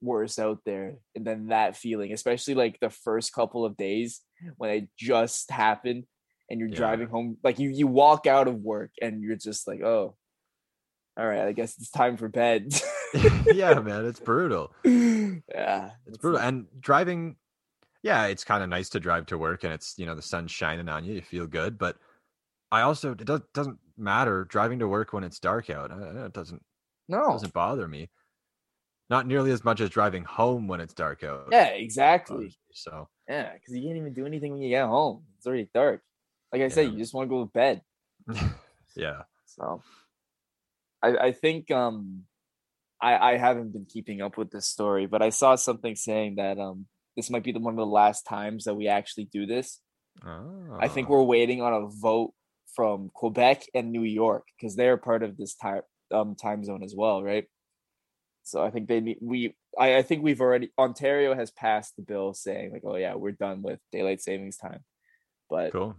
worse out there than that feeling, especially like the first couple of days when it just happened and you're
Yeah.
driving home like you you walk out of work and you're just like, "Oh, all right, I guess it's time for bed."
yeah man it's brutal
yeah.
it's brutal and driving yeah it's kind of nice to drive to work and it's you know the sun's shining on you you feel good but i also it does, doesn't matter driving to work when it's dark out I- I- it doesn't it
No.
doesn't bother me not nearly as much as driving home when it's dark out
Yeah, exactly.
bothers me, so
Yeah, cuz you can't even do anything when you get home. It's already dark. Like I
Yeah.
said, you just want to go to bed.
yeah
So I, I think um I, I haven't been keeping up with this story, but I saw something saying that um this might be the one of the last times that we actually do this. I think
Oh.
we're waiting on a vote from Quebec and New York because they're part of this time um time zone as well, right? So I think they need we I, I think we've already Ontario has passed the bill saying like, oh yeah, we're done with daylight savings time. But
Ah, cool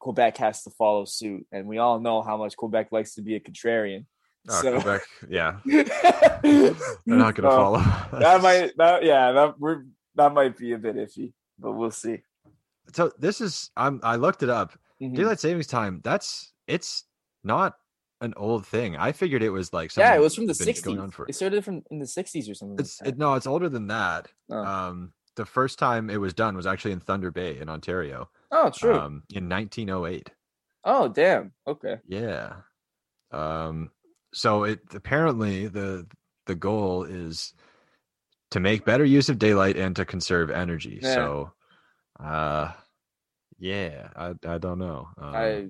Quebec has to follow suit. And we all know how much Quebec likes to be a contrarian.
Oh,
So-
Quebec, yeah,
They're
they're not going to follow.
That might that yeah, that we're that might be a bit iffy, but we'll see.
So this is I'm I looked it up.
Mhm.
Daylight savings time. That's it's not an old thing. I figured it was like
Yeah, it
something
was from the
that's been
sixties.
going on for.
It started from in the sixties or something.
It's
like
it,
that.
no, it's older than that.
Oh.
Um, the first time it was done was actually in Thunder Bay in Ontario.
oh, true.
Um, in 1908.
oh, damn. Okay.
Yeah. Um, so it apparently the the goal is to make better use of daylight and to conserve energy.
Yeah.
So uh yeah, I I don't know. Um,
I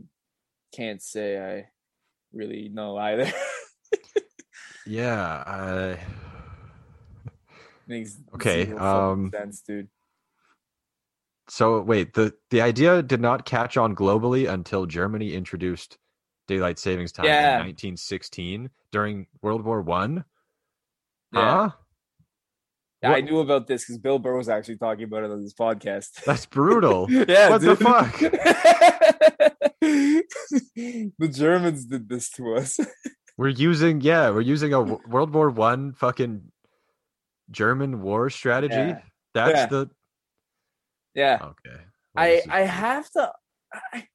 can't say I really know either.
yeah, I
Makes
Okay,
zero fucking
um,
sense, dude.
so wait, the the idea did not catch on globally until Germany introduced daylight savings time in
Yeah.
1916 during World War 1.
Yeah.
Huh?
Yeah, I
what-
knew about this because Bill Burr was actually talking about it on this podcast.
That's brutal.
yeah,
what the
dude.
fuck?
the Germans did this to us.
We're using yeah, we're using a w- World War One fucking German war strategy.
Yeah.
That's
Yeah.
the
Yeah,
okay. well,
I
this is-
I have to. I,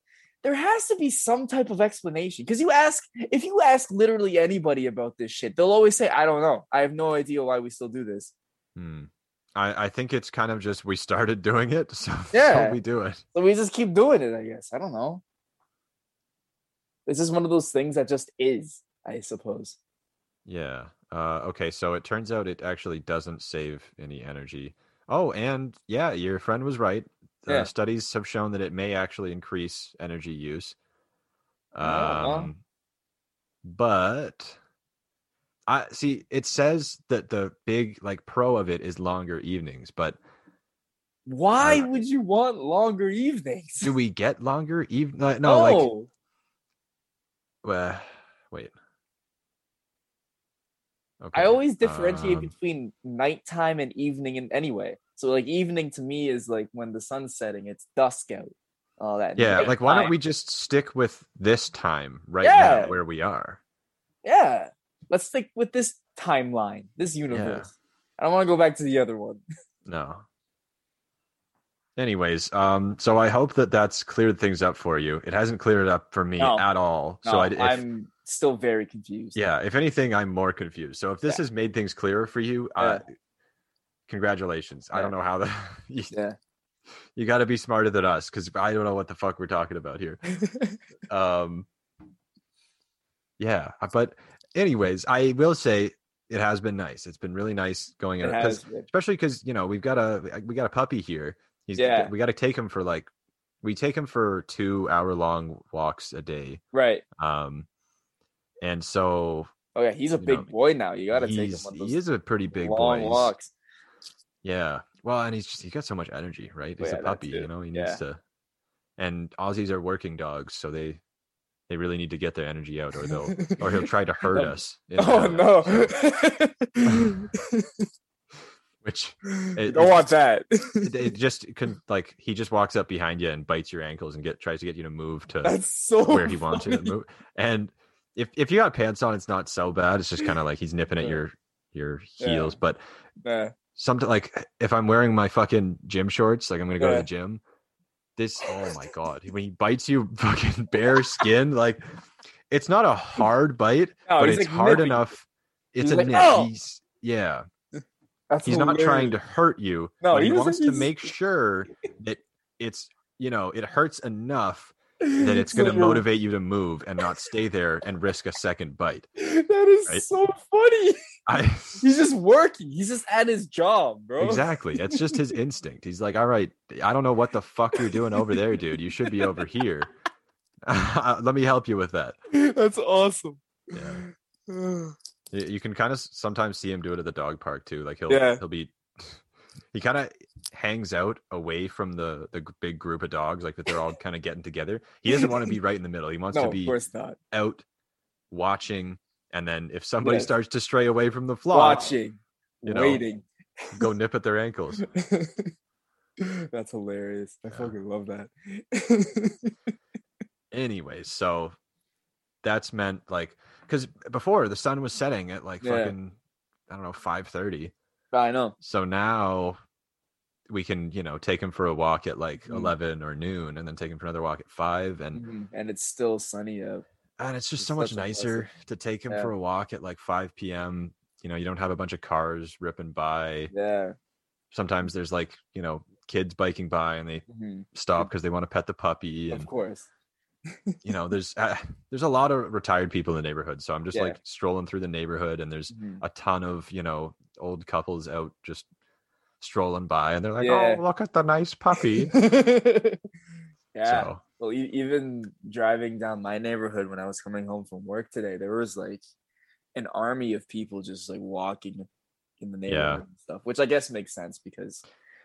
there has to be some type of explanation because you ask if you ask literally anybody about this shit, they'll always say, "I don't know. I have no idea why we still do this."
Hmm. I I think it's kind of just we started doing it, so, so
Yeah.
we do it.
So we just keep doing it. I guess I don't know. This is one of those things that just is, I suppose.
Yeah. Uh, okay. So it turns out it actually doesn't save any energy. Oh, and yeah, your friend was right. Uh,
Yeah.
Studies have shown that it may actually increase energy use. Um,
Oh, wow.
But I see it says that the big like pro of it is longer evenings, but
Why
Uh,
would you want longer evenings?
do we get longer even? Like, no, like
Oh,
well, wait. Okay.
I always differentiate
um,
between nighttime and evening in any way. So like evening to me is like when the sun's setting, it's dusk out. All that.
yeah, like why don't
nighttime.
we just stick with this time right
Yeah.
now where we are?
Yeah. Let's stick with this timeline, this universe. I don't want to go back to the other one.
No. Anyways, um, so I hope that that's cleared things up for you. It hasn't cleared it up for me
No.
at all.
No,
so I, if,
I'm still very confused.
yeah, if anything, I'm more confused. So if this
Yeah.
has made things clearer for you, uh, congratulations. I
Yeah.
don't know how that. You,
Yeah.
You got to be smarter than us because I don't know what the fuck we're talking about here. um yeah but anyways i will say it has been nice it's been really nice going
It
out 'cause-
has been.
especially because you know we've got a we got a puppy here he's
Yeah.
we got to take him for like we take him for two hour long walks a day
Right.
um and so
Oh yeah, he's a
You
big
know,
boy now. You gotta take him
he's,
on
he
those
is a pretty big
long
boy
walks.
yeah well and he's just he's got so much energy right
Oh,
he's
yeah,
a
that
puppy you
too.
know he
Yeah.
needs to and aussies are working dogs so they they really need to get their energy out or they'll or oh, he'll try to hurt
Um,
us. in
Oh
the-
no.
Which
You
It-
don't want that.
it, it just can like he just walks up behind you and bites your ankles and get tries to get you to move to
That's so
where he wants you to
funny.
move. And if if you got pants on, it's not so bad. It's just kind of like he's nipping at
Yeah.
your your
Yeah.
heels. But
Yeah.
something like if I'm wearing my fucking gym shorts, like I'm gonna go to
Yeah.
the gym. This oh my god, when he bites you fucking bare skin, like it's not a hard bite, but
No, Oh, he's,
it's
like,
hard
nipping.
enough. It's
He's
a
like,
nip.
"Oh!"
He's yeah.
That's
he's not trying to hurt you
No,
but he,
he was-
wants to
he's-
make sure that it's you know it hurts enough
hilarious.
that it's
So
going to
you're-
motivate you to move and not stay there and risk a second bite
That is
right?
so funny.
i
He's just working. He's just at his job, bro.
exactly it's just his instinct he's like all right i don't know what the fuck you're doing over there dude you should be over here Uh, let me help you with that
That's awesome.
Yeah.
Yeah.
Y- you can kind of sometimes see him do it at the dog park too like he'll
Yeah.
he'll be he kind of hangs out away from the the g- big group of dogs like that they're all kind of getting together he doesn't want to be right in the middle he wants
No,
to
of
be
course not.
out watching and then if somebody
Yes.
starts to stray away from the flock
Watching,
you know.
waiting.
go nip at their ankles
That's hilarious. I
Yeah.
fucking love that.
anyways so that's meant like because before the sun was setting at like
Yeah.
fucking i don't know 5.30
I know.
so now we can you know take him for a walk at like
Mhm.
11 or noon and then take him for another walk at 5 and
Mhm. And it's still sunny out.
and it's just
It's
so much
such a
nicer to take him
Yeah.
for a walk at like 5 p.m you know you don't have a bunch of cars ripping by
Yeah.
sometimes there's like you know kids biking by and they
Mhm.
stop because they want to pet the puppy
Of
and
course.
you know there's uh, there's a lot of retired people in the neighborhood so i'm just
Yeah.
like strolling through the neighborhood and there's
Mhm.
a ton of you know old couples out just strolling by and they're like
Yeah.
oh look at the nice puppy
yeah.
so
Well, e- even driving down my neighborhood when I was coming home from work today, there was like an army of people just like walking in the neighborhood and stuff, which I guess makes sense because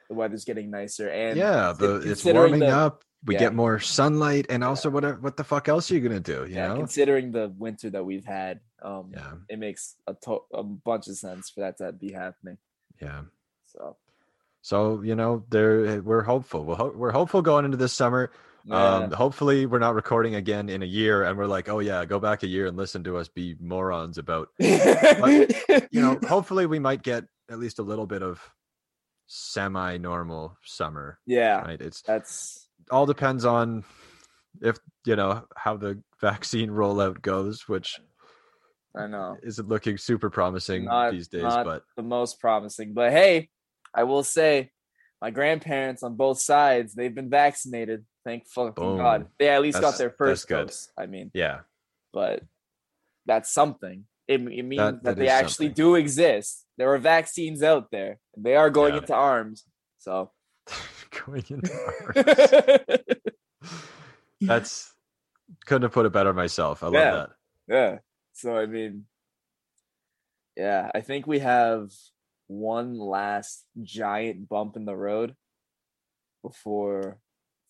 the weather's getting nicer and
yeah
con-
the, it's
considering
warming
the-
up we
yeah.
get more sunlight and
Yeah.
also what are- what the fuck else are you gonna do you
yeah,
know
considering the winter that we've had, um,
Yeah.
it makes a, to- a bunch of sense for that to be happening.
yeah
So,
so you know there eh, we're hopeful we're, ho- we're hopeful going into this summer Um,
yeah.
hopefully we're not recording again in a year and we're like, oh yeah, go back a year and listen to us be morons about, you know, hopefully we might get at least a little bit of semi-normal summer,
yeah,
right? It's
that's
all depends on if, you know, how the vaccine rollout goes, which
I know.
isn't looking super promising
Not-
these days,
not-
but
the most promising. But hey, I will say my grandparents on both sides, they've been vaccinated. Thank fucking
Boom.
God. They at least
That's-
got their
that's
first
good.
dose. I mean,
yeah,
but that's something. It, it means that,
that
they
is
actually
something.
do exist. There are vaccines out there. They are going
Yeah.
into arms. So
going in the
yeah.
arms. That's couldn't have put it better myself. I love
Yeah.
that.
So I mean, yeah, I think we have one last giant bump in the road before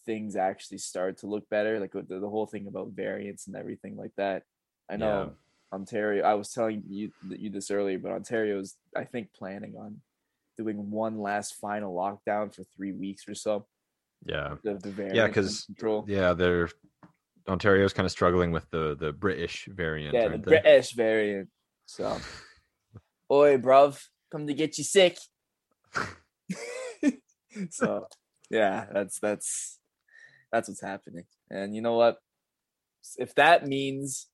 things actually start to look better. Like with the, the whole thing about variants and everything like that. I know.
Yeah.
Ontario. I was telling you you this earlier, but Ontario's I think planning on doing one last final lockdown for three weeks or so.
Yeah.
The, the variant
'cause
control.
Yeah, they're Ontario's kind of struggling with the the British variant.
Yeah, the
aren't they?
British variant. So, oi, bruv, come to get you sick. so, yeah, that's that's that's what's happening. And you know what? If that means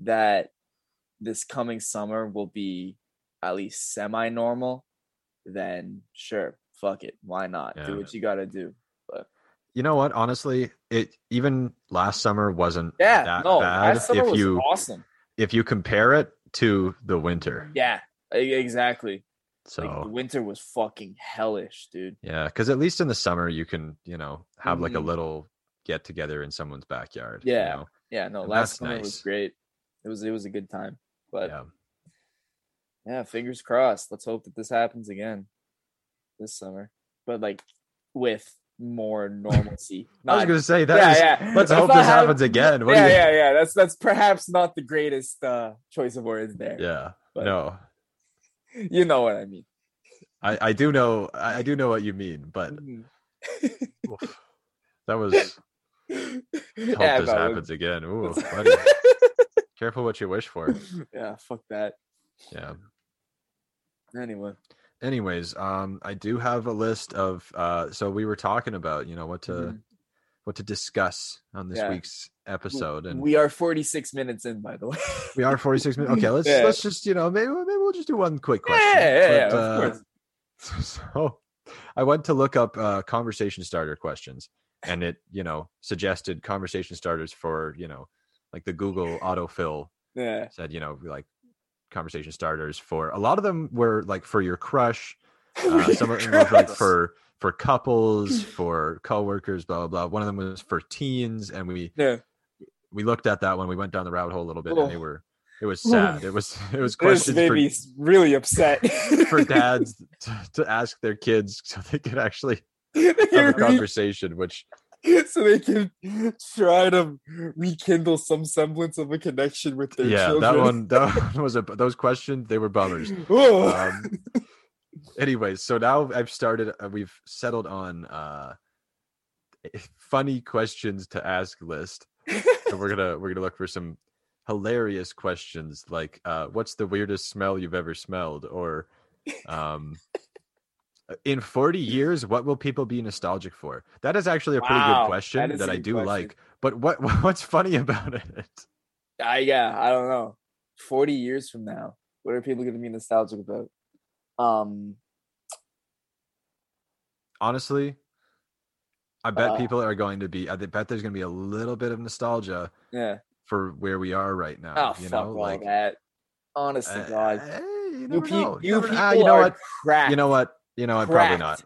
that this coming summer will be at least semi-normal, then sure, fuck it, why not?
Yeah.
Do what you gotta do.
you know what? Honestly, it even last summer wasn't
Yeah,
that
no,
bad.
last summer
if
was
you
awesome.
if you compare it to the winter,
Yeah, e- exactly.
so
Like the winter was fucking hellish, dude.
yeah, because at least in the summer you can you know have like a
Mhm.
little get together in someone's backyard.
Yeah.
you know?
Yeah, no,
And
last
that's
summer
nice.
was great. It was it was a good time. But yeah.
yeah,
fingers crossed. Let's hope that this happens again this summer. But like with more normalcy.
I was
Not-
gonna say that.
Yeah,
is-
yeah.
Let's
That's
hope
not
this
how-
happens again. What
yeah,
do you,
yeah, yeah. That's that's perhaps not the greatest uh choice of words there.
Yeah,
But-
no,
You know what I mean.
I I do know I I do know what you mean, but
Mhm.
oof, that was
yeah,
hope this
but
happens again. Ooh,
let's-
buddy, careful what you wish for.
yeah, fuck that.
Yeah.
Anyway.
Anyways, um, I do have a list of uh, so we were talking about you know what to
Mhm.
what to discuss on this
Yeah.
week's episode, and we,
we are 46 minutes in, by the way.
are forty six minutes. Okay, let's
Yeah.
let's just you know maybe maybe we'll just do one quick
yeah,
question.
yeah, yeah,
But,
of
uh,
course.
So I went to look up uh, conversation starter questions, and it you know suggested conversation starters for you know like the Google autofill
Yeah.
said you know like conversation starters for a lot of them were like for your crush uh, some of them were like for for couples, for coworkers, blah blah blah. One of them was for teens, and we
Yeah.
we looked at that one. We went down the rabbit hole a little bit, and they
Oh.
were it was sad. It was it was
This
questions
made me
for,
s- really upset.
for dads to, to ask their kids so they could actually
They
have a
re-
conversation. Which
so they can try to rekindle some semblance of a connection with their
yeah,
children.
that one that one was a those questions they were bummers.
Ooh.
Um, anyways, so now I've started. Uh, we've settled on uh eh, funny questions to ask list. and we're gonna we're gonna look for some hilarious questions like uh what's the weirdest smell you've ever smelled or um uh, in 40 years what will people be nostalgic for that is actually a pretty
Wow,
good question
that
that,
is a
i
good
do
question.
like but what what's funny about it
I, yeah, I don't know. 40 years from now, what are people going to be nostalgic about? Um,
honestly i bet
Uh.
people are going to be i bet there's going to be a little bit of nostalgia
yeah.
for where we are right now
Oh,
Uh, you
fuck
know
all
like
that. Honest to
uh,
God.
eh, you,
you,
never
pe-
know.
you
never-
people
ah, you know
are
what
cracked.
you know what you know what probably
Cracked.
not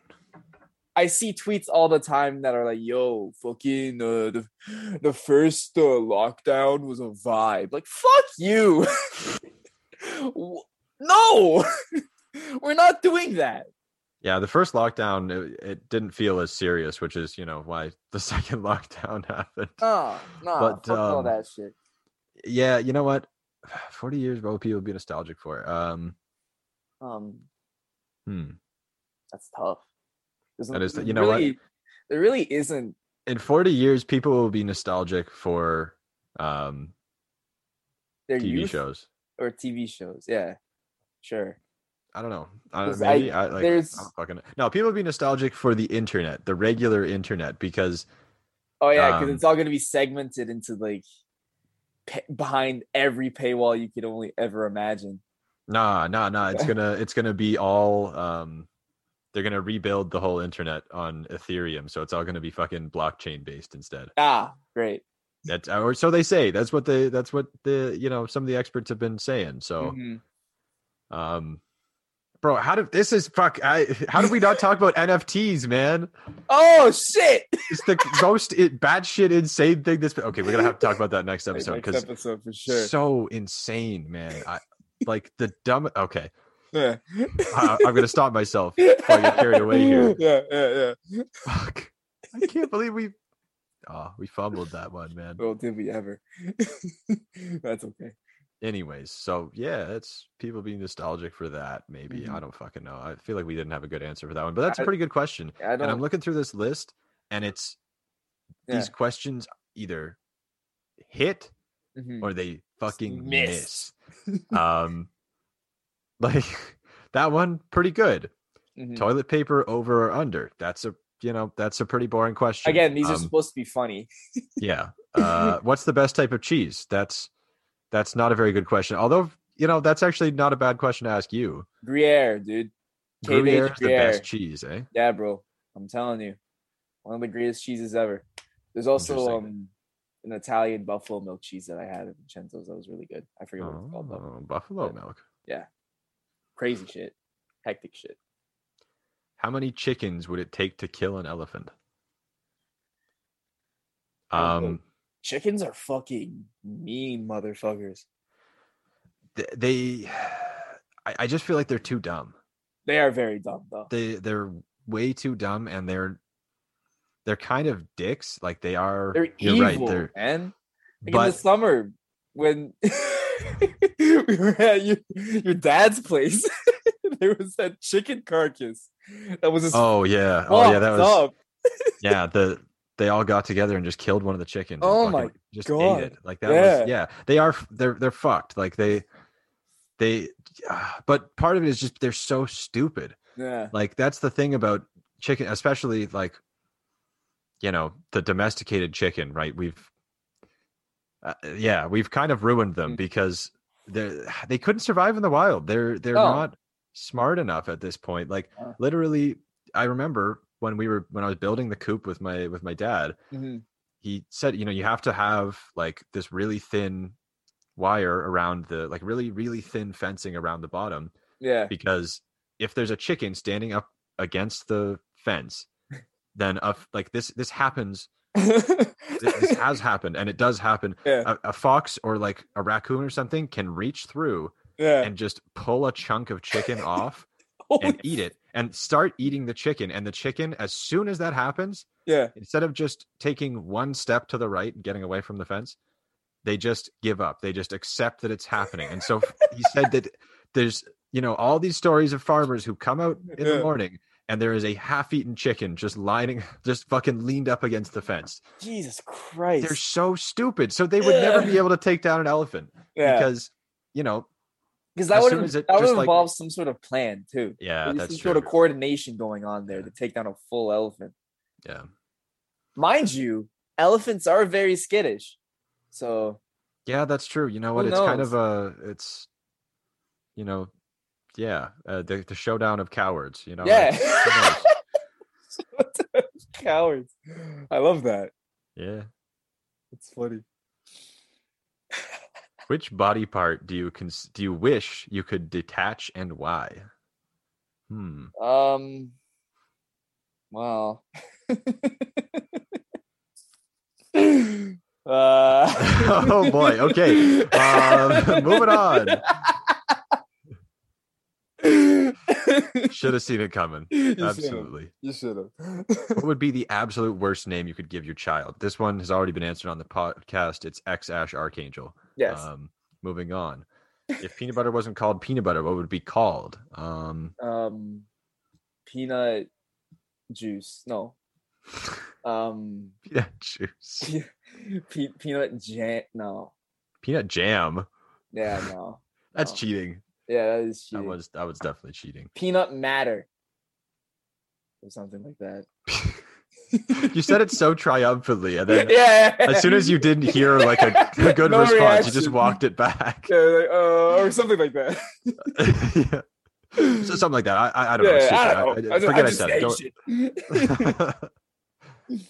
I see tweets all the time that are like, "Yo, fucking uh, the the first uh, lockdown was a vibe." Like, fuck you. W- no, we're not doing that.
Yeah, the first lockdown it, it didn't feel as serious, which is you know why the second lockdown happened.
No, no,
But,
fuck all
um,
that shit.
yeah, you know what? Forty years, what will people be nostalgic for? Um,
Um,
hmm.
that's tough. There's
That
n-
is th-
there
you know what?
really- There really isn't.
in forty years, people will be nostalgic for um
Their
TV
youth
shows.
or TV shows. Yeah, sure.
I don't know. I don't,
'Cause I-
maybe I, like.
there's-
I don't fucking know. No, people will be nostalgic for the internet, the regular internet, because
Oh yeah, because
Um,
it's all going to be segmented into like pa behind every paywall you could only ever imagine.
nah, nah, nah. It's gonna, it's gonna be all. um They're gonna rebuild the whole internet on Ethereum, so it's all gonna be fucking blockchain based instead.
Ah, great.
That's or so they say. That's what they. That's
Mm-hmm.
what the you know some of the experts have been saying. So
Mhm.
um, bro, how did this is fuck? I, how did we not talk about NFTs, man?
Oh shit!
It's the most it, bad shit insane thing. This okay, we're gonna have to talk about that next episode
Next
because
episode for sure.
so insane, man. I, like the dumb. Okay,
yeah.
I, I'm gonna stop myself. if I get carried away here.
Yeah, yeah, yeah.
Fuck, I can't believe we. Oh, we fumbled that one, man.
Well, did we ever? That's okay.
anyways so yeah it's people being nostalgic for that maybe i
Mhm.
don't fucking know i feel like we didn't have a good answer for that one but that's a
I-
pretty good question
I
and i'm
don't.
looking through this list and it's these questions either hit
mhm.
or they fucking miss,
miss.
um like that one pretty good
Mhm.
toilet paper over or under that's a you know that's a pretty boring question
Again, these are
Um,
supposed to be funny.
yeah uh what's the best type of cheese that's that's not a very good question although you know that's actually not a bad question to ask you
Gruyere, dude. Cave
Gruyere
aged
is the best
Gruyere.
cheese, eh?
Yeah, bro. I'm telling you, one of the greatest cheeses ever. There's also
Interesting.
um an Italian buffalo milk cheese that I had at Vincenzo's that was really good. I forget what it's called though.
Oh, buffalo
Yeah.
milk.
Crazy shit, hectic shit.
How many chickens would it take to kill an elephant?
I don't
Um,
Chickens are fucking mean motherfuckers.
th- they, I, I just feel like they're too dumb.
They are very dumb though.
They they're way too dumb, and they're they're kind of dicks. Like they are.
They're
you're
evil,
right. They're
man. Like in the
but
summer when we were at your, your dad's place, there was that chicken carcass that was just
oh yeah, oh yeah, that
fucked
was
up.
yeah the they all got together and just killed one of the chickens. and
Oh
fucking
my
just
God.
ate it. Like that was
Yeah.
yeah. They are f- they're they're fucked. Like they they ah, but part of it is just they're so stupid.
Yeah.
Like that's the thing about chicken, especially like you know, the domesticated chicken, right? We've uh, yeah, we've kind of ruined them
Mm.
because they they couldn't survive in the wild. They're they're
No.
not smart enough at this point. Like
Uh.
literally I remember when we were when I was building the coop with my with my dad
Mhm.
he said, you know, you have to have like this really thin wire around the like really really thin fencing around the bottom
Yeah.
because if there's a chicken standing up against the fence then a, f- like this this happens thi- this has happened and it does happen
yeah.
a, a fox or like a raccoon or something can reach through
Yeah. Oh,
and just pull a chunk of chicken off and eat it and start eating the chicken and the chicken as soon as that happens
Yeah.
instead of just taking one step to the right and getting away from the fence, they just give up. They just accept that it's happening. And so he said that there's, you know, all these stories of farmers who come out in the
Yeah.
morning and there is a half-eaten chicken just lining, just fucking leaned up against the fence.
Jesus Christ.
They're so stupid. So they would never be able to take down an elephant
yeah.
because, you know,
Because
as
that would
soon as it-
that would
just like-
involve some sort of plan too.
yeah,
There's
that's
some
true.
sort of coordination going on there
Yeah.
to take down a full elephant.
yeah,
Mind you, elephants are very skittish. So
yeah, that's true. You know what?
Who
It's kind of a, it's, you know, yeah, uh, the, the showdown of cowards. You know, like,
yeah.
who knows?
Cowards. I love that.
Yeah.
It's funny.
Which body part do you cons- do you wish you could detach and why? Hmm.
Um well. uh,
oh boy. Okay. Um, moving on. Should have seen it coming. Absolutely.
You should have.
What would be the absolute worst name you could give your child? This one has already been answered on the podcast. It's X Ash Archangel.
yes.
Um, moving on. If peanut butter wasn't called peanut butter, what would it be called? Um,
um, peanut juice. No. Um,
peanut juice.
pe- peanut jam. No.
Peanut jam.
Yeah. No.
That's
Oh,
cheating.
Yeah, that is
That
cheating.
was that was definitely cheating.
peanut matter or something like that.
You said it so triumphantly, and then
yeah.
as soon as you didn't hear like a, a good
No
response, you just
reaction.
walked it back.
Yeah, like, uh, or something like that.
Yeah. So- something like that. I, I, I don't know.
Yeah,
It's
I
stupid.
don't know.
I- I-
just-
forget I
just
said
say
it. Don't-
shit.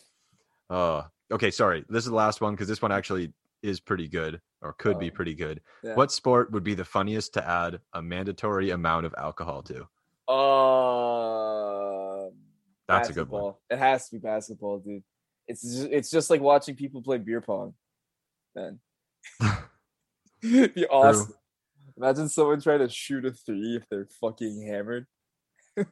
Oh, okay. Sorry. This is the last one because this one actually is pretty good or could be
Oh.
pretty good.
Yeah.
What sport would be the funniest to add a mandatory amount of alcohol to?
Um,
That's a good one.
basketball. It has to be basketball, dude. It's just, it's just like watching people play beer pong. Man, It'd be awesome. Imagine someone trying to shoot a three if they're fucking hammered.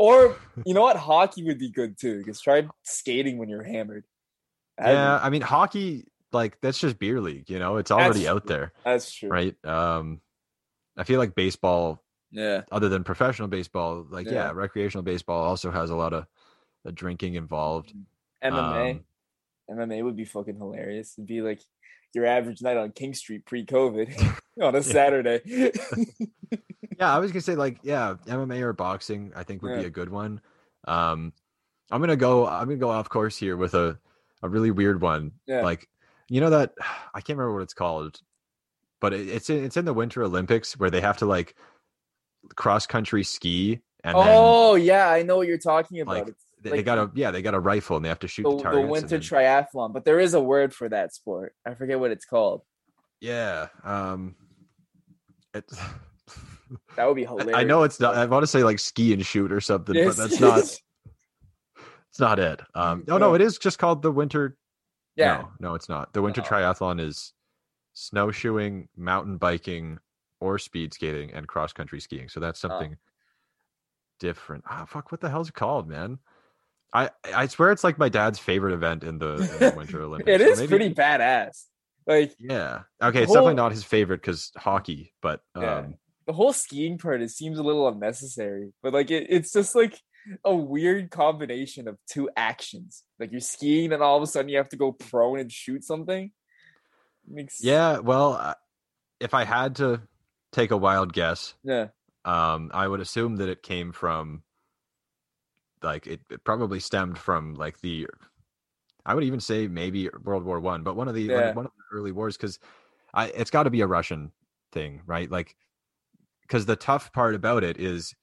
or you know what? Hockey would be good too. Because try skating when you're hammered. That'd be-
Yeah, I mean hockey, like that's just beer league, you know, it's already
That's
out
true.
there,
that's true.
right? Um I feel like baseball,
Yeah,
other than professional baseball, like yeah,
Yeah.
recreational baseball also has a lot of uh, drinking involved. Um,
MMA. MMA would be fucking hilarious. It'd be like your average night on King Street pre-COVID on a Saturday.
yeah, I was gonna say like yeah, MMA or boxing, I think would be
Yeah.
a good one. Um, I'm gonna go. I'm gonna go off course here with a a really weird one.
Yeah.
Like you know that I can't remember what it's called, but it, it's in, it's in the Winter Olympics where they have to like cross country ski and then
oh yeah, I know what you're talking about.
Like,
It's
they, they
like
got a yeah they got a rifle and they have to shoot
the,
the
the
targets. and
winter
then-
triathlon, but there is a word for that sport. I forget what it's called.
yeah. Um, it's.
That would be
I-
hilarious.
I know it's not. I want to say like ski and shoot or something,
Yes,
but that's not.
yes.
It's not it. Um, no, no,
No.
it is just called the winter.
Yeah,
No, no, it's not. The winter
No.
triathlon is snowshoeing, mountain biking, or speed skating and cross country skiing. So
Oh.
that's something different. Ah, fuck, what the hell's it called, man? I I swear it's like my dad's favorite event in the, in the winter Olympics.
it
or
is
maybe-
pretty badass. Like
Yeah. Okay, it's
whole-
definitely not his favorite because hockey, but um,
Yeah. the whole skiing part, it seems a little unnecessary, but like it, it's just like a weird combination of two actions. Like you're skiing, and all of a sudden you have to go prone and shoot something. Makes,
yeah. Well, I- if I had to take a wild guess,
yeah,
um i would assume that it came from like it, it probably stemmed from like the i would even say maybe world war one but one of the one-
Yeah.
one, of the early wars because i it's got to be a russian thing right like because the tough part about it is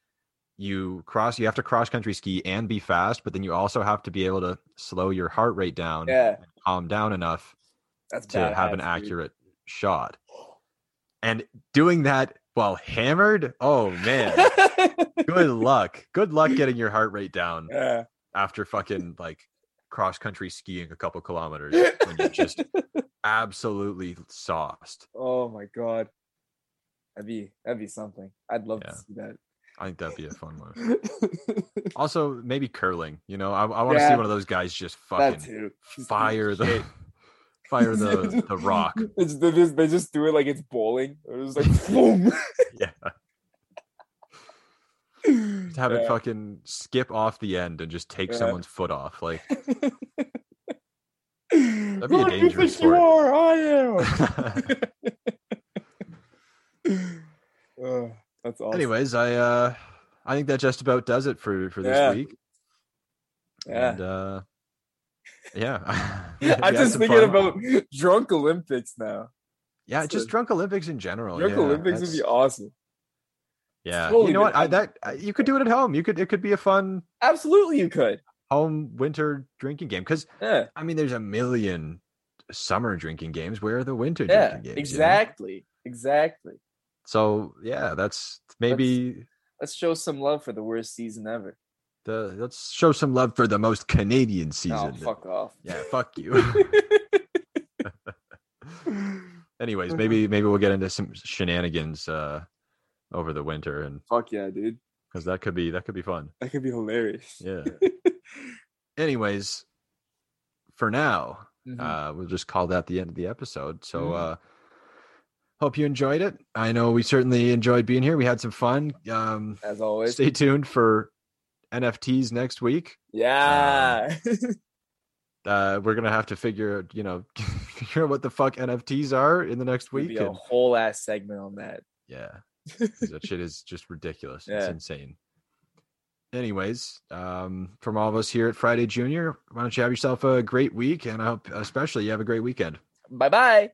you cross you have to cross country ski and be fast but then you also have to be able to slow your heart rate down
yeah.
calm down enough
That's
to have an
badass, dude.
accurate shot and doing that while hammered oh man good luck. Good luck getting your heart rate down
yeah.
after fucking like cross country skiing a couple kilometers when you're just absolutely sauced.
Oh my god. That'd be that'd be something. I'd love
Yeah.
to see that.
I think that'd be a fun one. Also, maybe curling. You know, I, I want to see
Yeah.
one of those guys just
that
fucking
too. Just
fire
eat
the
shit.
fire the the rock.
It's, they, just, they just do it like it's bowling. It was like boom.
Yeah, just have it
Yeah.
fucking skip off the end and just take
Yeah.
someone's foot off. Like
That'd
be a dangerous sport.
You are, I am. Ugh, Oh, that's awesome.
Anyways, I uh I think that just about does it for for this
Yeah.
week.
yeah.
And uh yeah.
I'm
We had
just
some
thinking
fun.
about drunk Olympics now.
yeah,
it's
just
a-
drunk Olympics in general.
Drunk
Oh, yeah,
Olympics would
that's-
be awesome.
Yeah.
totally
you know what? I
different.
that I- you could do it at home. You could it could be a fun
Absolutely, you could.
home winter drinking game cuz
Yeah,
I mean there's a million summer drinking games where are the winter
yeah,
drinking games. you know?
exactly, exactly.
So, yeah, that's maybe
Let's show some love for the worst season ever.
the let's show some love for the most Canadian
No,
season.
Oh, fuck off.
Yeah, fuck you. anyways
Mhm.
maybe maybe we'll get into some shenanigans uh over the winter and
Fuck yeah, dude.
because that could be that could be fun
That could be hilarious.
yeah anyways for now
Mhm.
uh we'll just call that the end of the episode so
Mhm.
uh hope you enjoyed it i know we certainly enjoyed being here we had some fun um
As always.
stay tuned for nfts next week
yeah.
uh we're gonna have to figure you know figure out what the fuck nfts are in the next
Could
week
be a
and-
whole ass segment on that.
Yeah. 'Cause that shit is just ridiculous. It's
Yeah.
insane. Anyways, um, from all of us here at Friday Junior, why don't you have yourself a great week? And I hope, especially, you have a great weekend.
Bye bye.